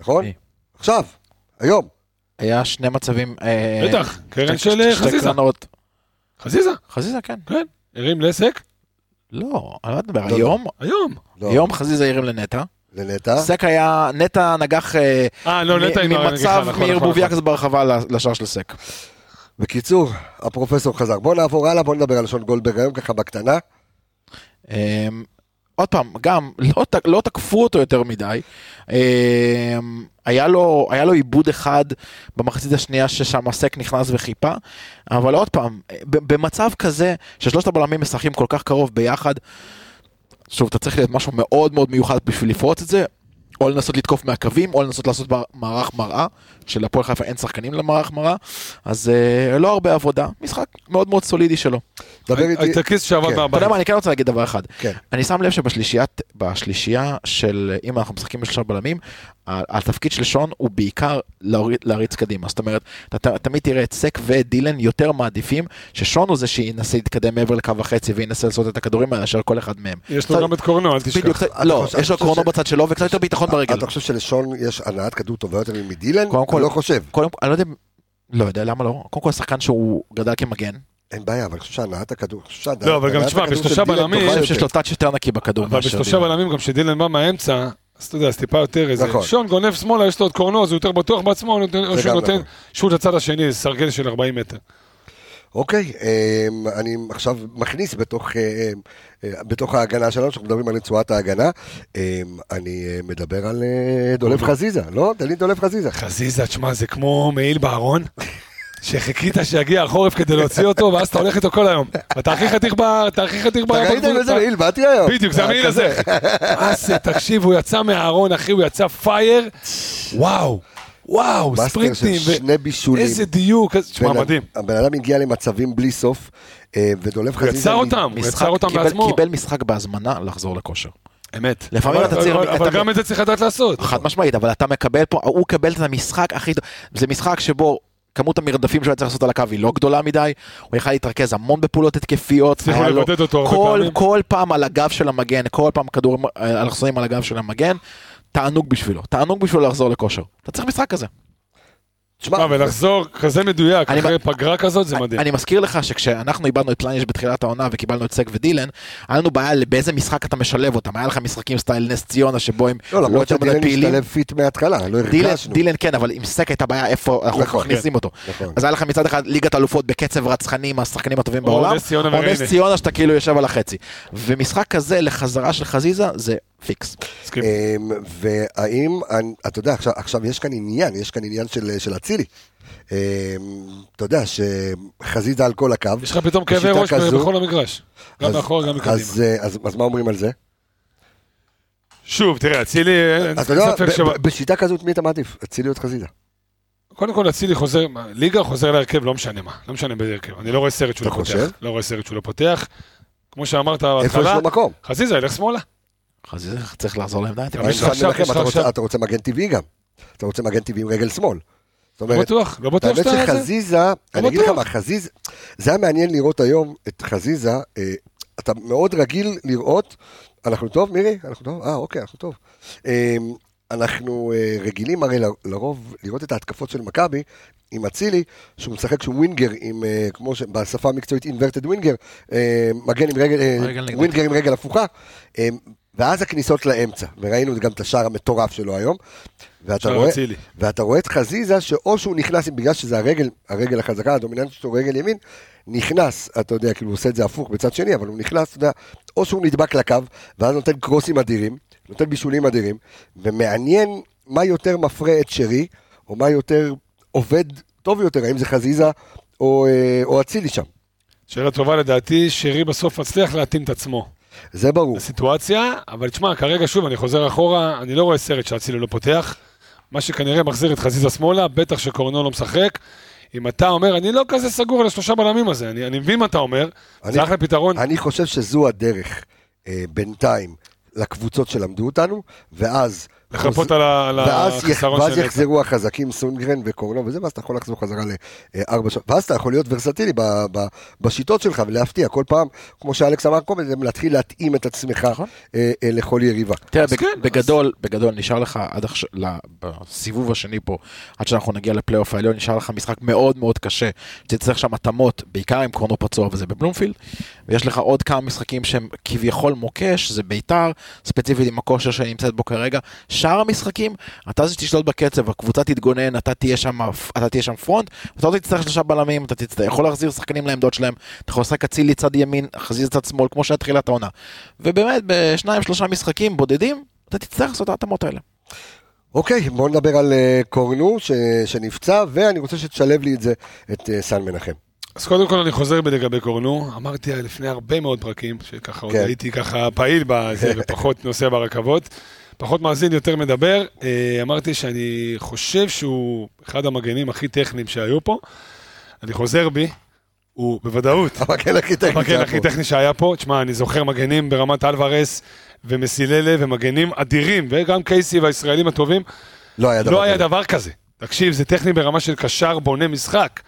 נכון? מי? עכשיו, היום. היה שני מצבים... אה, בטח, קרן שתי- של אה, שתי חזיזה. קרנות. חזיזה, חזיזה, כן. כן. הרים לסק, לא, אני לא מדבר, לא. היום, היום. לא, אה? היום חזיזה הרים לנטע. לנטע. סק היה, נטע נגח אה, אה, לא, מ- נטע עם ממצב הרגיחה, נכון, נכון, מערבוביה נכון. כזה ברחבה ל- לשער של סק. בקיצור, הפרופסור חזר. בואו נעבור הלאה, בואו נדבר על שון גולדברג היום ככה בקטנה. אה, עוד פעם, גם לא, ת- לא תקפו אותו יותר מדי. אה, היה לו, היה לו עיבוד אחד במחצית השנייה ששם הסק נכנס וחיפה, אבל עוד פעם, אה, ב- במצב כזה ששלושת הבלמים משחקים כל כך קרוב ביחד, שוב, אתה צריך להיות משהו מאוד מאוד מיוחד בשביל לפרוץ את זה, או לנסות לתקוף מהקווים, או לנסות לעשות מע- מערך מראה, שלפועל חיפה אין שחקנים למערך מראה, אז אה, לא הרבה עבודה, משחק מאוד מאוד סולידי שלו. דבר איתי. הייטקיסט שעבד כן. אתה מהבית. יודע מה, אני כן רוצה להגיד דבר אחד. כן. אני שם לב שבשלישיית, בשלישייה של, אם אנחנו משחקים בשלושה בלמים, ה- התפקיד של שון הוא בעיקר להוריד- להריץ קדימה. זאת אומרת, אתה ת- תמיד תראה את סק ודילן יותר מעדיפים ששון הוא זה שינסה להתקדם מעבר לקו החצי וינסה לעשות את הכדורים האלה מאשר כל אחד מהם. יש לו קצת- גם את קורנו, אל תשכח. בדיוק, קצת- אתה לא, חושב- יש לו אתה חושב קורנו ש- בצד שלו וקצת יותר ביטחון אה, ברגל. אה, אתה חושב שלשון יש הנעת כדור טובה יותר מדילן? קודם כל- לא חושב. קודם כל, אני לא יודע, לא יודע למה לא, קודם כל שחקן שהוא גדל כמגן, אה, אין בעיה, אבל אני חושב שהנעת הכדור... אני חושב שהנעת- לא, אבל גם הנעת תשמע, הכדור של בשלושה דילן בלמים- טובה אני חושב יותר. שיש לו טאץ' יותר נקי בכדור אוקיי. אבל מאשר בשלושה דילן. בלמים גם שדילן בא מהאמצע, אז אתה יודע, אז טיפה יותר איזה... נכון. שון גונב שמאלה, יש לו עוד קורנו, אז הוא יותר בטוח בעצמו, הוא נותן- או זה שהוא גם נותן נכון. שוט לצד השני, זה סרגל של 40 מטר. אוקיי, אמ, אני עכשיו מכניס בתוך, אה, אמ, אה, בתוך ההגנה שלנו, שאנחנו מדברים על רצועת ההגנה, אמ, אני אה, מדבר על אה, אוקיי. דולב חזיזה, לא? תן לי דולב חזיזה. חזיזה, תשמע, זה כמו מעיל בארון, שחיכית שיגיע החורף כדי להוציא אותו, ואז אתה הולך איתו כל היום. ואתה הכי חתיך ב... אתה הכי חתיך ב... אתה ראית בגבול- איזה מעיל באתי היום? בדיוק, זה המעיל הזה. אס, תקשיב, הוא יצא מהארון, אחי, הוא יצא פייר. וואו, וואו, מאסטר ספרינטים. של ו- שני בישולים. איזה דיוק, איזה- תשמע, בן- מדהים. הבן אדם הגיע למצבים בלי סוף, אה, ודולב חזיזה... יצר נ- אותם. הוא משחק- יצר אותם קיבל- בעצמו. קיבל משחק בהזמנה לחזור לכושר. אמת. לפעמים אבל- אתה צריך- אבל- אבל אתה- גם את זה צריך לדעת לעשות. חד משמעית, אבל אתה מקבל פה, הוא קיבל את המשחק הכי טוב, זה משחק שבו... כמות המרדפים שהוא היה צריך לעשות על הקו היא לא גדולה מדי, הוא יכל להתרכז המון בפעולות התקפיות, הצליחו היה לו לבודד אותו הרבה כל, פעמים. כל פעם על הגב של המגן, כל פעם כדורים אה, אלכסונים על הגב של המגן, תענוג בשבילו, תענוג בשבילו לחזור לכושר, אתה צריך משחק כזה. תשמע, תשמע, לא, ולחזור כזה מדויק, אני- אחרי פגרה כזאת, זה מדהים. אני מזכיר לך שכשאנחנו איבדנו את פלניש בתחילת העונה וקיבלנו את סק ודילן, היה לנו בעיה ל- באיזה משחק אתה משלב אותם, היה לך משחקים סטייל נס ציונה שבו הם לא, לא למרות יותר מדי שדילן פעילים. השתלב פיט מההתחלה, לא דילן, הרגשנו. דילן כן, אבל עם סק הייתה בעיה איפה אנחנו נכון, כן. מכניסים אותו. נכון. אז היה לך מצד אחד ליגת אלופות בקצב רצחני עם השחקנים הטובים או בעולם, נס ציונה או וריינה. נס ציונה שאתה כאילו יושב על החצי. ומשחק כזה לחזרה של חזיזה זה פיקס. מסכים. אמ, והאם, אני- אתה יודע, עכשיו, עכשיו יש כאן עניין, יש כאן עניין של של אצילי. אמ, אתה יודע, שחזיזה על כל הקו. יש לך פתאום כאבי בשיטה ראש כזו, בכל המגרש. גם אז- מאחורה, גם מקדימה. אז, אה, אז, אז מה אומרים על זה? שוב, תראה, אצילי, אין אתה יודע, ספק ב- ש... ב- בשיטה כזו, את מי אתה מעדיף? אצילי או את חזיזה? קודם כל, אצילי חוזר, ליגה חוזר להרכב, לא משנה מה. לא משנה באיזה הרכב. אני לא רואה סרט שהוא לא אתה פותח. חושב? לא רואה סרט שהוא לא פותח. כמו שאמרת איפה יש בהתחלה, לו מקום? חזיזה ילך שמאלה. לא חזיזה צריך לחזור לעמדה. אבל אני יש לך מוכן עכשיו, לנחם, יש לך אתה רוצה- עכשיו. אתה רוצה מגן טבעי גם. אתה רוצה מגן טבעי עם רגל שמאל. זאת לא אומרת, בטוח, לא בטוח האמת שאתה... זה. שחזיזה, אני אגיד לך בטוח. מה, חזיזה, זה היה מעניין לראות היום את חזיזה, אה, אתה מאוד רגיל לראות, אנחנו טוב מירי? אנחנו טוב? אה אוקיי, אנחנו טוב. אה, אנחנו אה, רגילים הרי ל- לרוב לראות את ההתקפות של מכבי עם אצילי, שהוא משחק שהוא ווינגר, עם, אה, כמו ש- בשפה המקצועית אינברטד ווינגר, אה, מגן עם רגל, אה, רגל נגדית. ווינגר עם רגל הפוכה, אה, ואז הכניסות לאמצע, וראינו גם את השער המטורף שלו היום, ואתה שער רואה, אצילי. ואתה רואה את חזיזה, שאו שהוא נכנס, בגלל שזה הרגל, הרגל החזקה, הדומיננטית שלו רגל ימין, נכנס, אתה יודע, כאילו הוא עושה את זה הפוך בצד שני, אבל הוא נכנס, אתה יודע, או שהוא נדבק לקו, ואז נותן קרוסים אדירים, נותן בישולים אדירים, ומעניין מה יותר מפרה את שרי, או מה יותר עובד טוב יותר, האם זה חזיזה או אה, או אצילי שם. שאלה טובה לדעתי, שרי בסוף מצליח להתאים את עצמו זה ברור. לסיטואציה, אבל תשמע, כרגע שוב, אני חוזר אחורה, אני לא רואה סרט שאצילי לא פותח. מה שכנראה מחזיר את חזיזה שמאלה, בטח שקורנו לא משחק. אם אתה אומר, אני לא כזה סגור על השלושה בלמים הזה, אני, אני מבין מה אתה אומר, אני- זה אחלה פתרון, אני חושב שזו הדרך אה, בינתיים לקבוצות שלמדו אותנו, ואז... לחפות על ה- על ואז, יח, החיסרון ואז של... יחזרו החזקים, סונגרן וקורנו וזה, ואז אתה יכול לחזור חזרה לארבע שעות, ואז אתה יכול להיות ורסטילי ב, ב, בשיטות שלך ולהפתיע כל פעם, כמו שאלכס אמר קודם, זה להתחיל להתאים את עצמך נכון. אה, אה, לכל יריבה. תראה, אז בג- כן, אז- בגדול, בגדול נשאר לך עד עכשיו, ל- בסיבוב השני פה, עד שאנחנו נגיע לפלייאוף העליון, נשאר לך משחק מאוד מאוד קשה, שתצטרך שם התאמות, בעיקר עם קרונו פצוע וזה בבלומפילד, ויש לך עוד כמה משחקים שהם כביכול מוקש, זה ביתר, ספציפית עם הכושר שאני נמצאת בו כרגע, שאר המשחקים, אתה זה שתשלוט בקצב, הקבוצה תתגונן, אתה תהיה שם, אתה תהיה שם פרונט, אתה לא תצטרך שלושה בלמים, אתה תצטרך, יכול להחזיר שחקנים לעמדות שלהם, אתה יכול לשחק אצילי צד ימין, חזיז צד שמאל, כמו שהיה תחילת העונה. ובאמת, בשניים שלושה משחקים בודדים, אתה תצטרך לעשות את ההתאמות האלה. אוקיי, בואו נדבר על אה, קורנו ש, שנפצע, ואני רוצה שתשלב לי את זה, את אה, סן מנחם. *laughs* אז קודם כל אני חוזר ב- לגבי קורנו, אמרתי לפני הרבה מאוד פרקים, שככה עוד כן. הייתי ככה פעיל בזה *laughs* ופחות נוסע ברכבות, פחות מאזין, יותר מדבר, אה, אמרתי שאני חושב שהוא אחד המגנים הכי טכניים שהיו פה, אני חוזר בי, הוא בוודאות *laughs* המגן הכי טכני. המגן שהיה הכי פה. טכני שהיה פה, תשמע, אני זוכר מגנים ברמת אלוורס ומסיללה ומגנים אדירים, וגם קייסי והישראלים הטובים. לא היה לא דבר היה כזה. דבר כזה. תקשיב, זה טכני ברמה של קשר בונה משחק.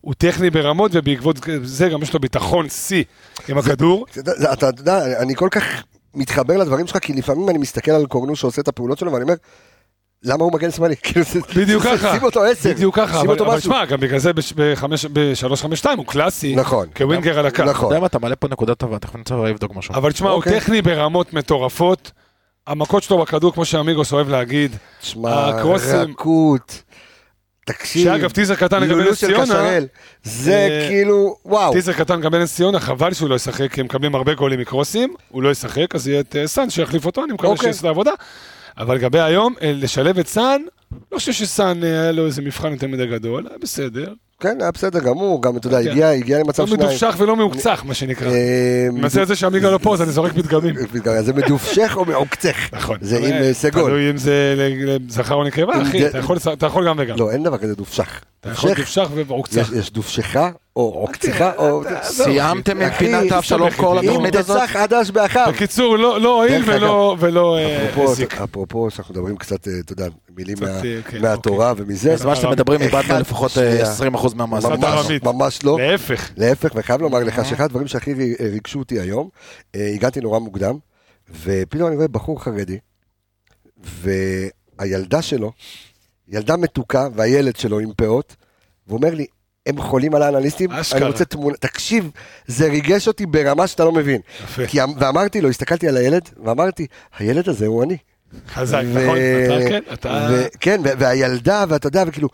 הוא טכני ברמות, ובעקבות זה גם יש לו ביטחון שיא עם הכדור. אתה יודע- אתה יודע, אני כל כך מתחבר לדברים שלך, כי לפעמים אני מסתכל על קורנו שעושה את הפעולות שלו, ואני אומר, למה הוא מגן שמאלי? *laughs* כאילו, זה- בדיוק זה- ככה. שים אותו עשר. בדיוק ככה, שים אבל אותו אבל משהו. שמע, גם בגלל זה ב-352 הוא קלאסי. נכון. כווינגר על הקו. נכון. יודע מה, אתה מעלה פה נקודה טובה, תכף נצטרך לבדוק משהו. אבל תשמע, הוא אוקיי. טכני ברמות מטורפות. המכות שלו בכדור, כמו שאמיגוס אוהב להגיד. תשמע, הקרוסים. רכות. תקשיב. שאגב, טיזר קטן לגבי לולו נס של ציונה, קשרל. זה אה, כאילו, וואו. טיזר קטן לגבי נס ציונה, חבל שהוא לא ישחק, כי הם מקבלים הרבה גולים מקרוסים, הוא לא ישחק, אז יהיה את אה, סאן שיחליף אותו, אני מקווה אוקיי. שיעשה את העבודה. אבל לגבי היום, אה, לשלב את סאן, לא חושב שסאן אה, היה לו איזה מבחן יותר מדי גדול, היה בסדר. כן, היה בסדר גמור, גם, אתה יודע, כן. הגיע הגיע למצב לא שניים. מדופשך ולא מעוקצך, מה שנקרא. אה, אני מנסה את זה שעמיגה לא פה, אז אני זורק פתגמים. זה מדופשך או מעוקצך? *laughs* נכון. זה אבל, עם אה, אה, סגול. תלוי אם זה ל- לזכר או נקבה, אם אחי, זה- אתה יכול- אתה יכול גם וגם. לא, אין דבר כזה דופשך. אתה יכול דופשך, דופשך ומעוקצך. יש- יש דופשכה או עוקצך או... אה, סיימתם עם אחי, פינת אבשלום תסתבך קור איתי. אם לתוכנית הזאת? תצח עד אש באחיו. בקיצור, לא לא הועיל דרך ולא ולא, אה, אפרופו- הזיק. אפרופו שאנחנו מדברים קצת, אה, אתה יודע, מילים קצת, מה- אה, כן, מהתורה ומזה. אז מה שאתם מדברים, איבדנו אחד, לפחות שנייה. אה, 20% מהמאזינים. ממש. ממש- ממש לא. אוקיי. להפך. להפך, ואני חייב לומר לך שאחד הדברים שהכי ר- ריגשו אותי היום, אה, הגעתי נורא מוקדם, ופתאום אני רואה בחור חרדי, והילדה שלו, ילדה מתוקה, והילד שלו עם פאות, ואומר לי, הם חולים על האנליסטים, אשכרה. אני רוצה תמונה, תקשיב, זה ריגש אותי ברמה שאתה לא מבין. יפה. כי, אמ- ואמרתי לו, הסתכלתי על הילד, ואמרתי, הילד הזה הוא אני. חזק, ו- נכון? אתה כן, אתה... ו- כן, ו- והילדה, ואתה יודע, וכאילו,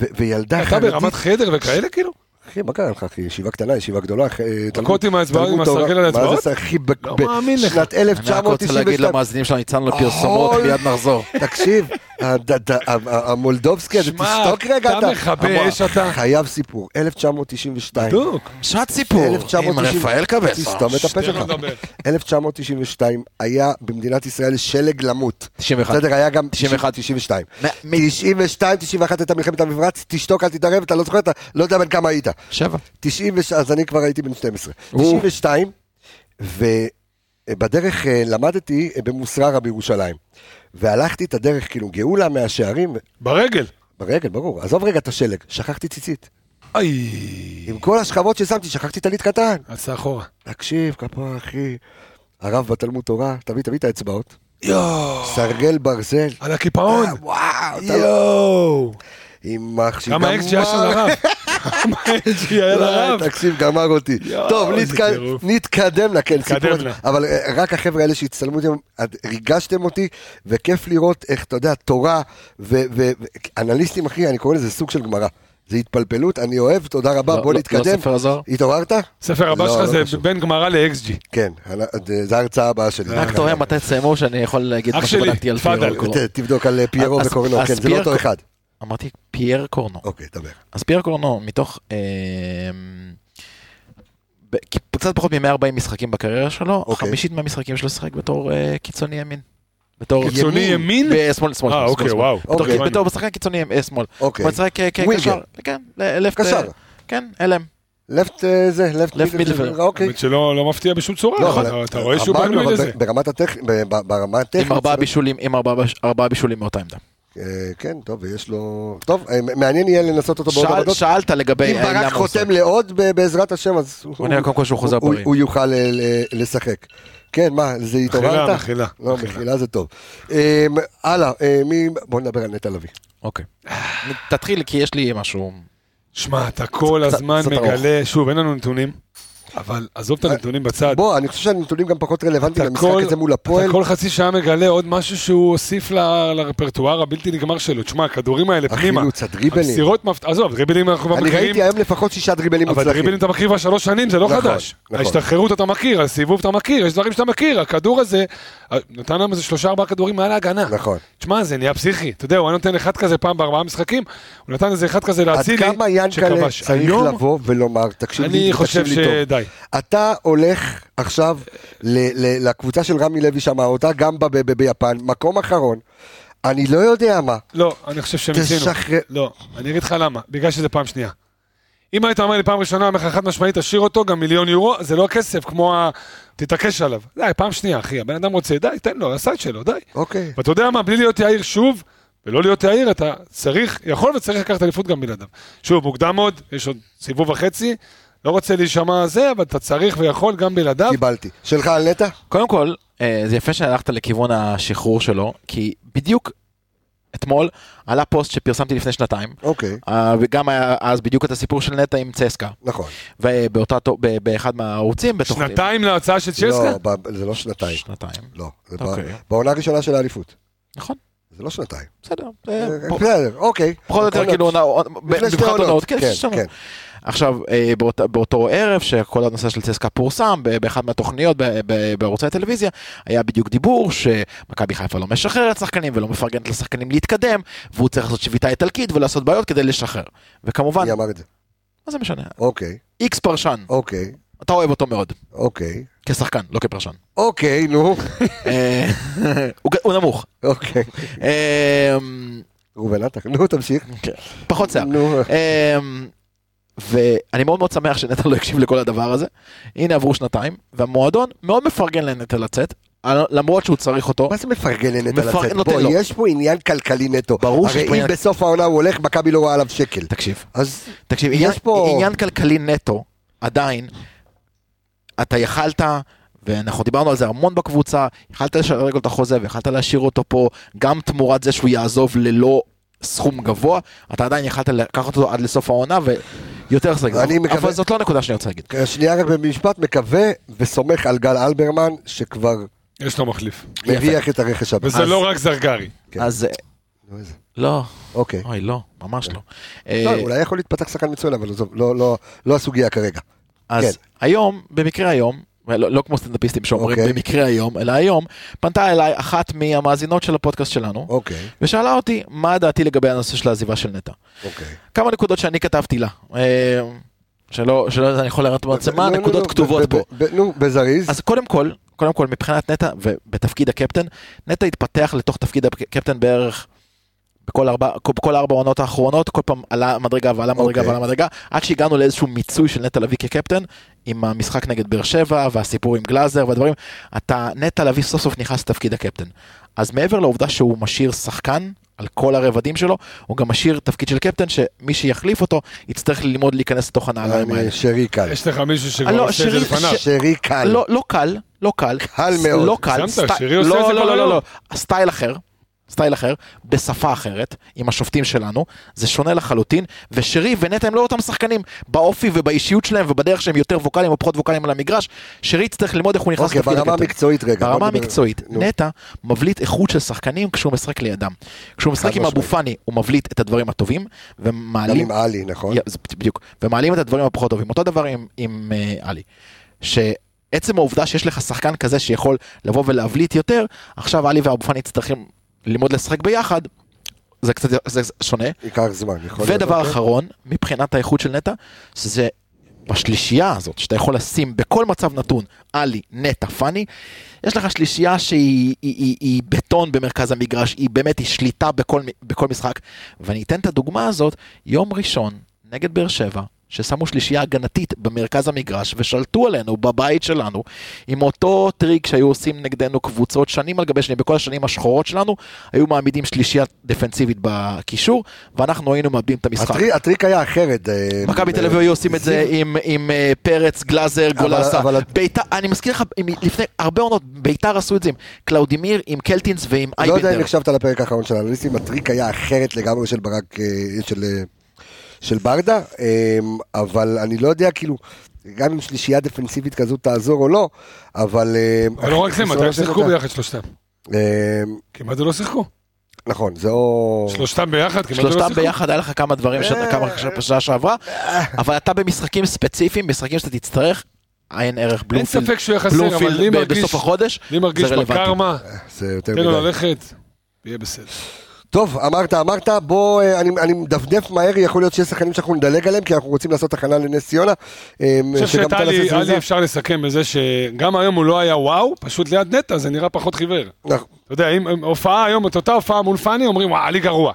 ו- וילדה אתה חרדית- ברמת חדר וכאלה כאילו? אחי, מה קרה לך, אחי? ישיבה קטנה, ישיבה גדולה. אחי, אה, דקות עם האצבעות, תלמוד עם תורה. הסרגל על מה האצבעות? זה, אחי? ב- לא ב- מאמין לך. שנת אני רק רוצה להגיד 1992. למאזינים שלנו, יצאנו לפרסומות, אוי. מיד נחזור. תקשיב, הד- הד- ה- ה- המולדובסקי הזה, שמע, תשתוק רגע. אתה מכבה אש, אתה- חייב סיפור, 1992. בדוק. שעת סיפור, עם 1990. רפאל קבסה. תסתום את הפה שנייה, שלך. לא מדבר. 1992 היה במדינת ישראל שלג למות. 91. בסדר, היה גם 91. 92. מה- מ- 92, 91 הייתה מלחמת המפרץ, תשתוק, אל תתערב, אתה לא זוכר, אתה לא יודע בן כמה היית. שבע. 90, אז אני כבר הייתי בן 12. 92, ובדרך אה, למדתי אה, במוסררה בירושלים. והלכתי את הדרך, כאילו, גאולה מהשערים, ו- ברגל. ברגל, ברור. עזוב רגע את השלג, שכחתי ציצית. איי. עם כל השכבות ששמתי, שכחתי טלית קטן. עשה אחורה. תקשיב, כפה, אחי. הרב בתלמוד תורה, תביא, תביא את האצבעות. יואו. סרגל ברזל. על הקיפאון. אה, וואו, אתה לא... יואו. יימח שגמר. כמה אקס שהיה שם לרב. כמה אקס שהיה לרב. לא, תקשיב, גמר אותי. יואו, טוב, איזה נתק- טירוף. נתקדם לה, כן, סיפור. נתקדם לה. אבל אה, רק החבר'ה האלה שהצטלמו איתם, את- ריגשתם אותי, וכיף לראות איך, אתה יודע, תורה ואנליסטים, אחי, אני קורא לזה סוג של גמרא. זה התפלפלות, אני אוהב, תודה רבה, לא- בוא לא- לא נתקדם. ספר הזוהר? התעוררת? ספר הבא לא, לא שלך זה קשור. בין גמרא לאקס ג'י. כן, זו ההרצאה הבאה שלי. אה, לא, רק תוהה אה. מתי תסיימו, שאני יכול להגיד אח מה שלי, שבדקתי על תפאדל. פיירו קורנו. ת- תבדוק על אה, פיירו אז- וקורנו, אז כן, זה לא פייר אותו קור- אחד. אמרתי פייר קורנו. אוקיי, דבר. אז פייר קורנו, מתוך אמ, ב- קצת פחות מ-140 משחקים בקריירה שלו, אוקיי. חמישית מהמשחקים שלו שיחק בתור אה, קיצוני ימין. בתור קיצוני ימין? ב- שמאל, שמאל, שמאל. אה, שמאל, אוקיי, שמאל. וואו. בתור- אוקיי. בתור שחקן קיצוני ימין, אה, שמאל. אוקיי. הוא משחק כ- ווינגר. כקשר. כן, ל- לפט, קשר. אה, כן, אלם. לפט אה, זה, לפט Left midfield. אוקיי. האמת שלא לא מפתיע בשום צורה. לא, נכון? אבל- אתה רואה שהוא אמרנו, בנוי אבל לזה. ברמת הטכנית, ברמה הטכנית. עם ארבעה זה- בישולים, עם ארבעה בש- ארבעה בישולים מאותה עמדה. אה, כן, טוב, ויש לו... טוב, אה, מעניין יהיה לנסות אותו בעוד שאל- עבודות. שאלת לגבי... אם אה, למה ברק הוא עושה. חותם לעוד ב- בעזרת השם, אז הוא- נראה קודם כל שהוא חוזר הוא- בריא. הוא יוכל אה, ל- לשחק. כן, מה, זה התעוררת? מחילה. לא, מחילה זה טוב. אה, הלאה, אה, מי... בוא נדבר על נטע לביא. אוקיי. תתחיל, כי יש לי משהו... שמע, אתה כל קצת- הזמן קצת אה, מגלה, שוב, אין לנו נתונים, אבל עזוב את הנתונים בצד. בוא, אני חושב שהנתונים גם פחות רלוונטיים אתה למשחק כל- הזה מול הפועל. אתה כל חצי שעה מגלה עוד משהו שהוא הוסיף ל- לרפרטואר הבלתי נגמר שלו. תשמע, הכדורים האלה פנימה. החילוץ, הדריבלים. המסירות מפתח... עזוב, דריבלים אנחנו כבר אני מכירים. ראיתי היום לפחות שישה דריבלים אבל מוצלחים. דריבלים אתה מכיר כבר שלוש שנים, זה לא נכון, חדש. נכון. ההשתחררות אתה מכיר, הסיבוב אתה מכיר, יש דברים שאתה מכיר, הכדור הזה, אה, נתן להם איזה שלושה ארבעה כדורים מעל ההגנה. נכון. תשמע, זה נהיה פסיכי. אתה יודע, הוא היה נותן אחד כזה פעם בארבעה משחקים, הוא נתן איזה אחד כזה עד לאצילי, כמה ינקלה שכבש. צריך היום, לבוא ולומר, תקשיב לי, אני חושב תקשיב לי טוב. שדי. אתה הולך עכשיו ל- ל- לקבוצה של רמי לוי שמע אותה, גם ב- ב- ביפן, מקום אחרון. אני לא יודע מה. לא, אני חושב שמיצינו. תשחרר. לא, אני אגיד לך למה, בגלל שזה פעם שנייה. אם היית אומר לי פעם ראשונה, אני אומר לך חד משמעית, תשאיר אותו, גם מיליון יורו, זה לא כסף, כמו ה... תתעקש עליו. די, פעם שנייה, אחי, הבן אדם רוצה, די, תן לו, עשה את שלו, די. אוקיי. ואתה יודע מה, בלי להיות יאיר שוב, ולא להיות העיר, אתה צריך, יכול וצריך לקחת אליפות גם בלעדיו. שוב, מוקדם עוד, יש עוד סיבוב וחצי, לא רוצה להישמע זה, אבל אתה צריך ויכול גם בלעדיו. קיבלתי. שלך על נטע? קודם כל, אה, זה יפה שהלכת לכיוון השחרור שלו, כי בדיוק אתמול עלה פוסט שפרסמתי לפני שנתיים, אוקיי, אה, וגם היה אז בדיוק את הסיפור של נטע עם צסקה, נכון. ובאותה, תו- ב- באחד מהערוצים, בתוך... שנתיים להצעה של צ'סקה? לא, ב- זה לא שנתיים. שנתיים, לא. זה ב- אוקיי. בעונה הראשונה של האליפות. נכון, כן, זה לא שנתיים. בסדר. זה פ- בסדר, אוקיי. פחות או יותר כאילו עונה, לפני שתי מבחינת עונות, עונות. כן, כן, שתי עונות. כן. עכשיו, אה, באות, באותו ערב שכל הנושא של צסקה פורסם, ב- באחת מהתוכניות ב- ב- בערוצי הטלוויזיה, היה בדיוק דיבור שמכבי חיפה לא משחררת שחקנים ולא מפרגנת לשחקנים להתקדם, והוא צריך לעשות שביתה איטלקית ולעשות בעיות כדי לשחרר. וכמובן, מי אמר את זה? מה זה משנה? אוקיי, איקס פרשן, אוקיי, אתה אוהב אותו מאוד, אוקיי. כשחקן, לא כפרשן. אוקיי, נו. *laughs* אה, *laughs* הוא ג- הוא נמוך. אוקיי. אה, ראובן עטר. נו, תמשיך. פחות שיער. נו. אמ, ואני מאוד מאוד שמח שנטע לא הקשיב לכל הדבר הזה. הנה עברו שנתיים, והמועדון מאוד מפרגן לנטע לצאת, על- למרות שהוא צריך אותו. מה זה מפרגן לנטע מפרגן, לצאת? נותן בוא, לו. יש פה עניין כלכלי נטו. ברור שיש פה הרי אם עניין- בסוף העונה הוא הולך, מכבי לא רואה עליו שקל. תקשיב, אז תקשיב, יש עניין, פה- עניין כלכלי נטו, עדיין, אתה יכלת, ואנחנו דיברנו על זה המון בקבוצה, יכלת לשדרג לו את החוזה ויכלת להשאיר אותו פה, גם תמורת זה שהוא יעזוב ללא סכום גבוה, אתה עדיין יכלת לקחת אותו עד לסוף העונה, ויותר זה גבוה. אני מקווה- כן, אבל זאת לא הנקודה שאני רוצה להגיד. שנייה רק במשפט, מקווה וסומך על גל אלברמן, שכבר לא. יש לו מחליף. מריח את הרכש הבא. וזה לא רק זרגרי. כן. אז... אה, נו, איזה- לא. אוקיי. אוי, לא, ממש לא. לא, אה, אולי יכול להתפתח שחקן מצוין, אבל עזוב, לא- לא- לא הסוגיה כרגע. אז כן. היום, במקרה היום, לא, לא כמו סטנדאפיסטים שאומרים אוקיי. במקרה היום, אלא היום, פנתה אליי אחת מהמאזינות של הפודקאסט שלנו, אוקיי, ושאלה אותי מה דעתי לגבי הנושא של העזיבה של נטע. אוקיי. כמה נקודות שאני כתבתי לה. אה, שלא, שלא אני יכול להראות מעצמה, נו, נו, נו, נקודות כתובות לא, ב- ב- פה. ב- נו, בזריז. אז קודם כל, קודם כל מבחינת נטע ובתפקיד הקפטן, נטע התפתח לתוך תפקיד הקפטן בערך בכל ארבע, בכל ארבע העונות האחרונות, כל פעם עלה מדרגה ועלה מדרגה אוקיי. ועלה מדרגה, עד שהגענו לאיזשהו מיצוי של נטע לביא כקפטן, עם המשחק נגד באר שבע והסיפור עם גלאזר והדברים, אתה, נטע לביא סוף סוף נכנס לתפקיד הקפטן. אז מעבר לעובדה שהוא משאיר שחקן על כל הרבדים שלו, הוא גם משאיר תפקיד של קפטן שמי שיחליף אותו יצטרך ללמוד להיכנס לתוך הנעליים אני- האלה. שרי קל. יש לך מישהו שכבר אה, לא, עושה את זה שירי- לפניו. ש- שרי קל. לא, לא קל, לא קל. קל מאוד. לא קל. שמת, סטי- שירי עושה לא, את זה לא, כל לא, היום. לא, לא, סטייל אחר. סטייל אחר, בשפה אחרת, עם השופטים שלנו, זה שונה לחלוטין, ושירי ונטע הם לא אותם שחקנים, באופי ובאישיות שלהם ובדרך שהם יותר ווקאליים או פחות ווקאליים על המגרש, שירי צריך ללמוד איך הוא נכנס אוקיי, ברמה הקפטן. המקצועית רגע. בוא ברמה נדבר- המקצועית, נו. נטע מבליט איכות של שחקנים כשהוא משחק לידם. כשהוא משחק עם אבו משמעית. פאני, הוא מבליט את הדברים הטובים, גם עם ומעלים עלי, נכון? יא, זה בדיוק, ומעלים את הדברים הפחות טובים. אותו דבר עם, עם אה, עלי. שעצם העובדה שיש לך שחקן כזה שיכול לבוא ולהבליט יותר, עכשיו עלי ואבו פאני יצטרכים ללמוד לשחק ביחד, זה קצת זה שונה. ייקח זמן, יכול להיות. ודבר אוקיי. אחרון, מבחינת האיכות של נטע, זה בשלישייה הזאת, שאתה יכול לשים בכל מצב נתון, עלי, נטע, פאני, יש לך שלישייה שהיא היא, היא, היא בטון במרכז המגרש, היא באמת, היא שליטה בכל, מ- בכל משחק. ואני אתן את הדוגמה הזאת, יום ראשון, נגד באר שבע, ששמו שלישייה הגנתית במרכז המגרש ושלטו עלינו בבית שלנו עם אותו טריק שהיו עושים נגדנו קבוצות שנים על גבי שנים, בכל השנים השחורות שלנו, היו מעמידים שלישייה דפנסיבית בקישור, ואנחנו היינו מאבדים את המשחק. הטרי- הטריק היה אחרת. אה, מכבי אה, תל אביב היו עושים את זה זיו. עם, עם אה, פרץ, גלאזר, גולסה. אבל- ביתר, אני מזכיר לך, עם- לפני הרבה עונות ביתר עשו את זה עם קלאודימיר, עם קלטינס ועם לא יודע אם אייבנדר. הקשבת לפרק האחרון של האנליסטים, הטריק היה אחרת לגמרי של ברק, אה, של, אה, של ברדה, אה, אבל אני לא יודע, כאילו, גם אם שלישייה דפנסיבית כזו תעזור או לא, אבל... אה, אבל לא רק זה, מתי הם שיחקו ביחד שלושתם? אה, כמעט ולא שיחקו. נכון, זה או... שלושתם ביחד, כמעט לא ולא שלושתם שיחקו. ביחד, היה לך כמה דברים, ש- אה. כמה בשעה שעברה, אבל אתה במשחקים ספציפיים, משחקים שאתה תצטרך, אין ערך אין בלומפילד. ספק שהוא יהיה חסר, אבל בלומפילד לי ב- מרגיש- בסוף החודש, אני מרגיש זה רלוונטי. כן, בקרמה, זה יותר תן לו מדי. ללכת, יהיה בסדר. אה, טוב, אמרת, אמרת, בוא, אה, אני, אני מדפדף מהר, יכול להיות שיש שחקנים שאנחנו נדלג עליהם, כי אנחנו רוצים לעשות הכנה לנס ציונה. אה, אני חושב שגם שאת טלס עלי עזריזה- עלי אפשר לסכם בזה שגם היום הוא לא היה וואו, פשוט ליד נטע זה נראה פחות חיוור. נכון. אתה יודע, אם אם הופעה היום, את אותה הופעה מול פאני, אומרים, וואה, עלי גרוע.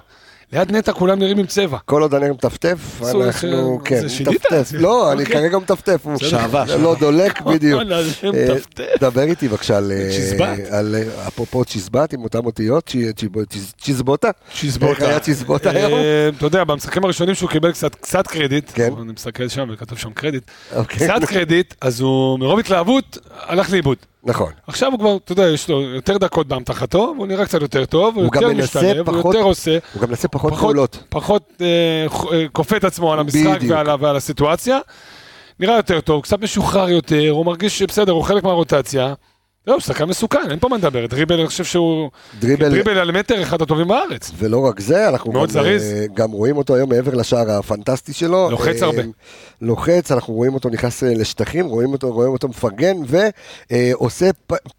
ליד נטע כולם נראים עם צבע. כל עוד אני מטפטף, אסור אנחנו, לך- כן, זה שינית? מטפטף. לא, אני אוקיי. כרגע מטפטף. הוא שעבה, לא דולק *laughs* בדיוק. וואלה, זה אה, מטפטף. דבר איתי בבקשה על, אה, צ'יזבט. על, אה, אפרופו צ'יזבט עם אותן אותיות, צ'י- צ'י- צ'יז- צ'יזבוטה. צ'יזבוטה. איך היה צ'יזבוטה היום? אה, אתה יודע, במשחקים הראשונים שהוא קיבל קצת, קצת קרדיט, כן. אני מסתכל שם וכתוב שם קרדיט, אה, כן. אוקיי. *laughs* קצת קרדיט, אז הוא מרוב התלהבות הלך לאיבוד. נכון. עכשיו הוא כבר, אתה יודע, יש לו יותר דקות באמתחתו, והוא נראה קצת יותר טוב, הוא הוא גם יותר מנסה משתלב, הוא פחות- יותר עושה, הוא גם מנסה פחות פעולות. פחות אה, ח- אה, כופה את עצמו על המשחק בדיוק. ועל, ה- ועל הסיטואציה. נראה יותר טוב, הוא קצת משוחרר יותר, הוא מרגיש שבסדר, הוא חלק מהרוטציה. לא, הוא שחקן מסוכן, אין פה מה לדבר. דריבל, אני חושב שהוא... דריבל- דריבל על מטר, אחד הטובים בארץ. ולא רק זה, אנחנו מאוד גם, זריז. אה, גם רואים אותו היום מעבר לשער הפנטסטי שלו. לוחץ אה, הרבה. לוחץ, אנחנו רואים אותו נכנס אה, לשטחים, רואים אותו, רואים אותו מפרגן, ועושה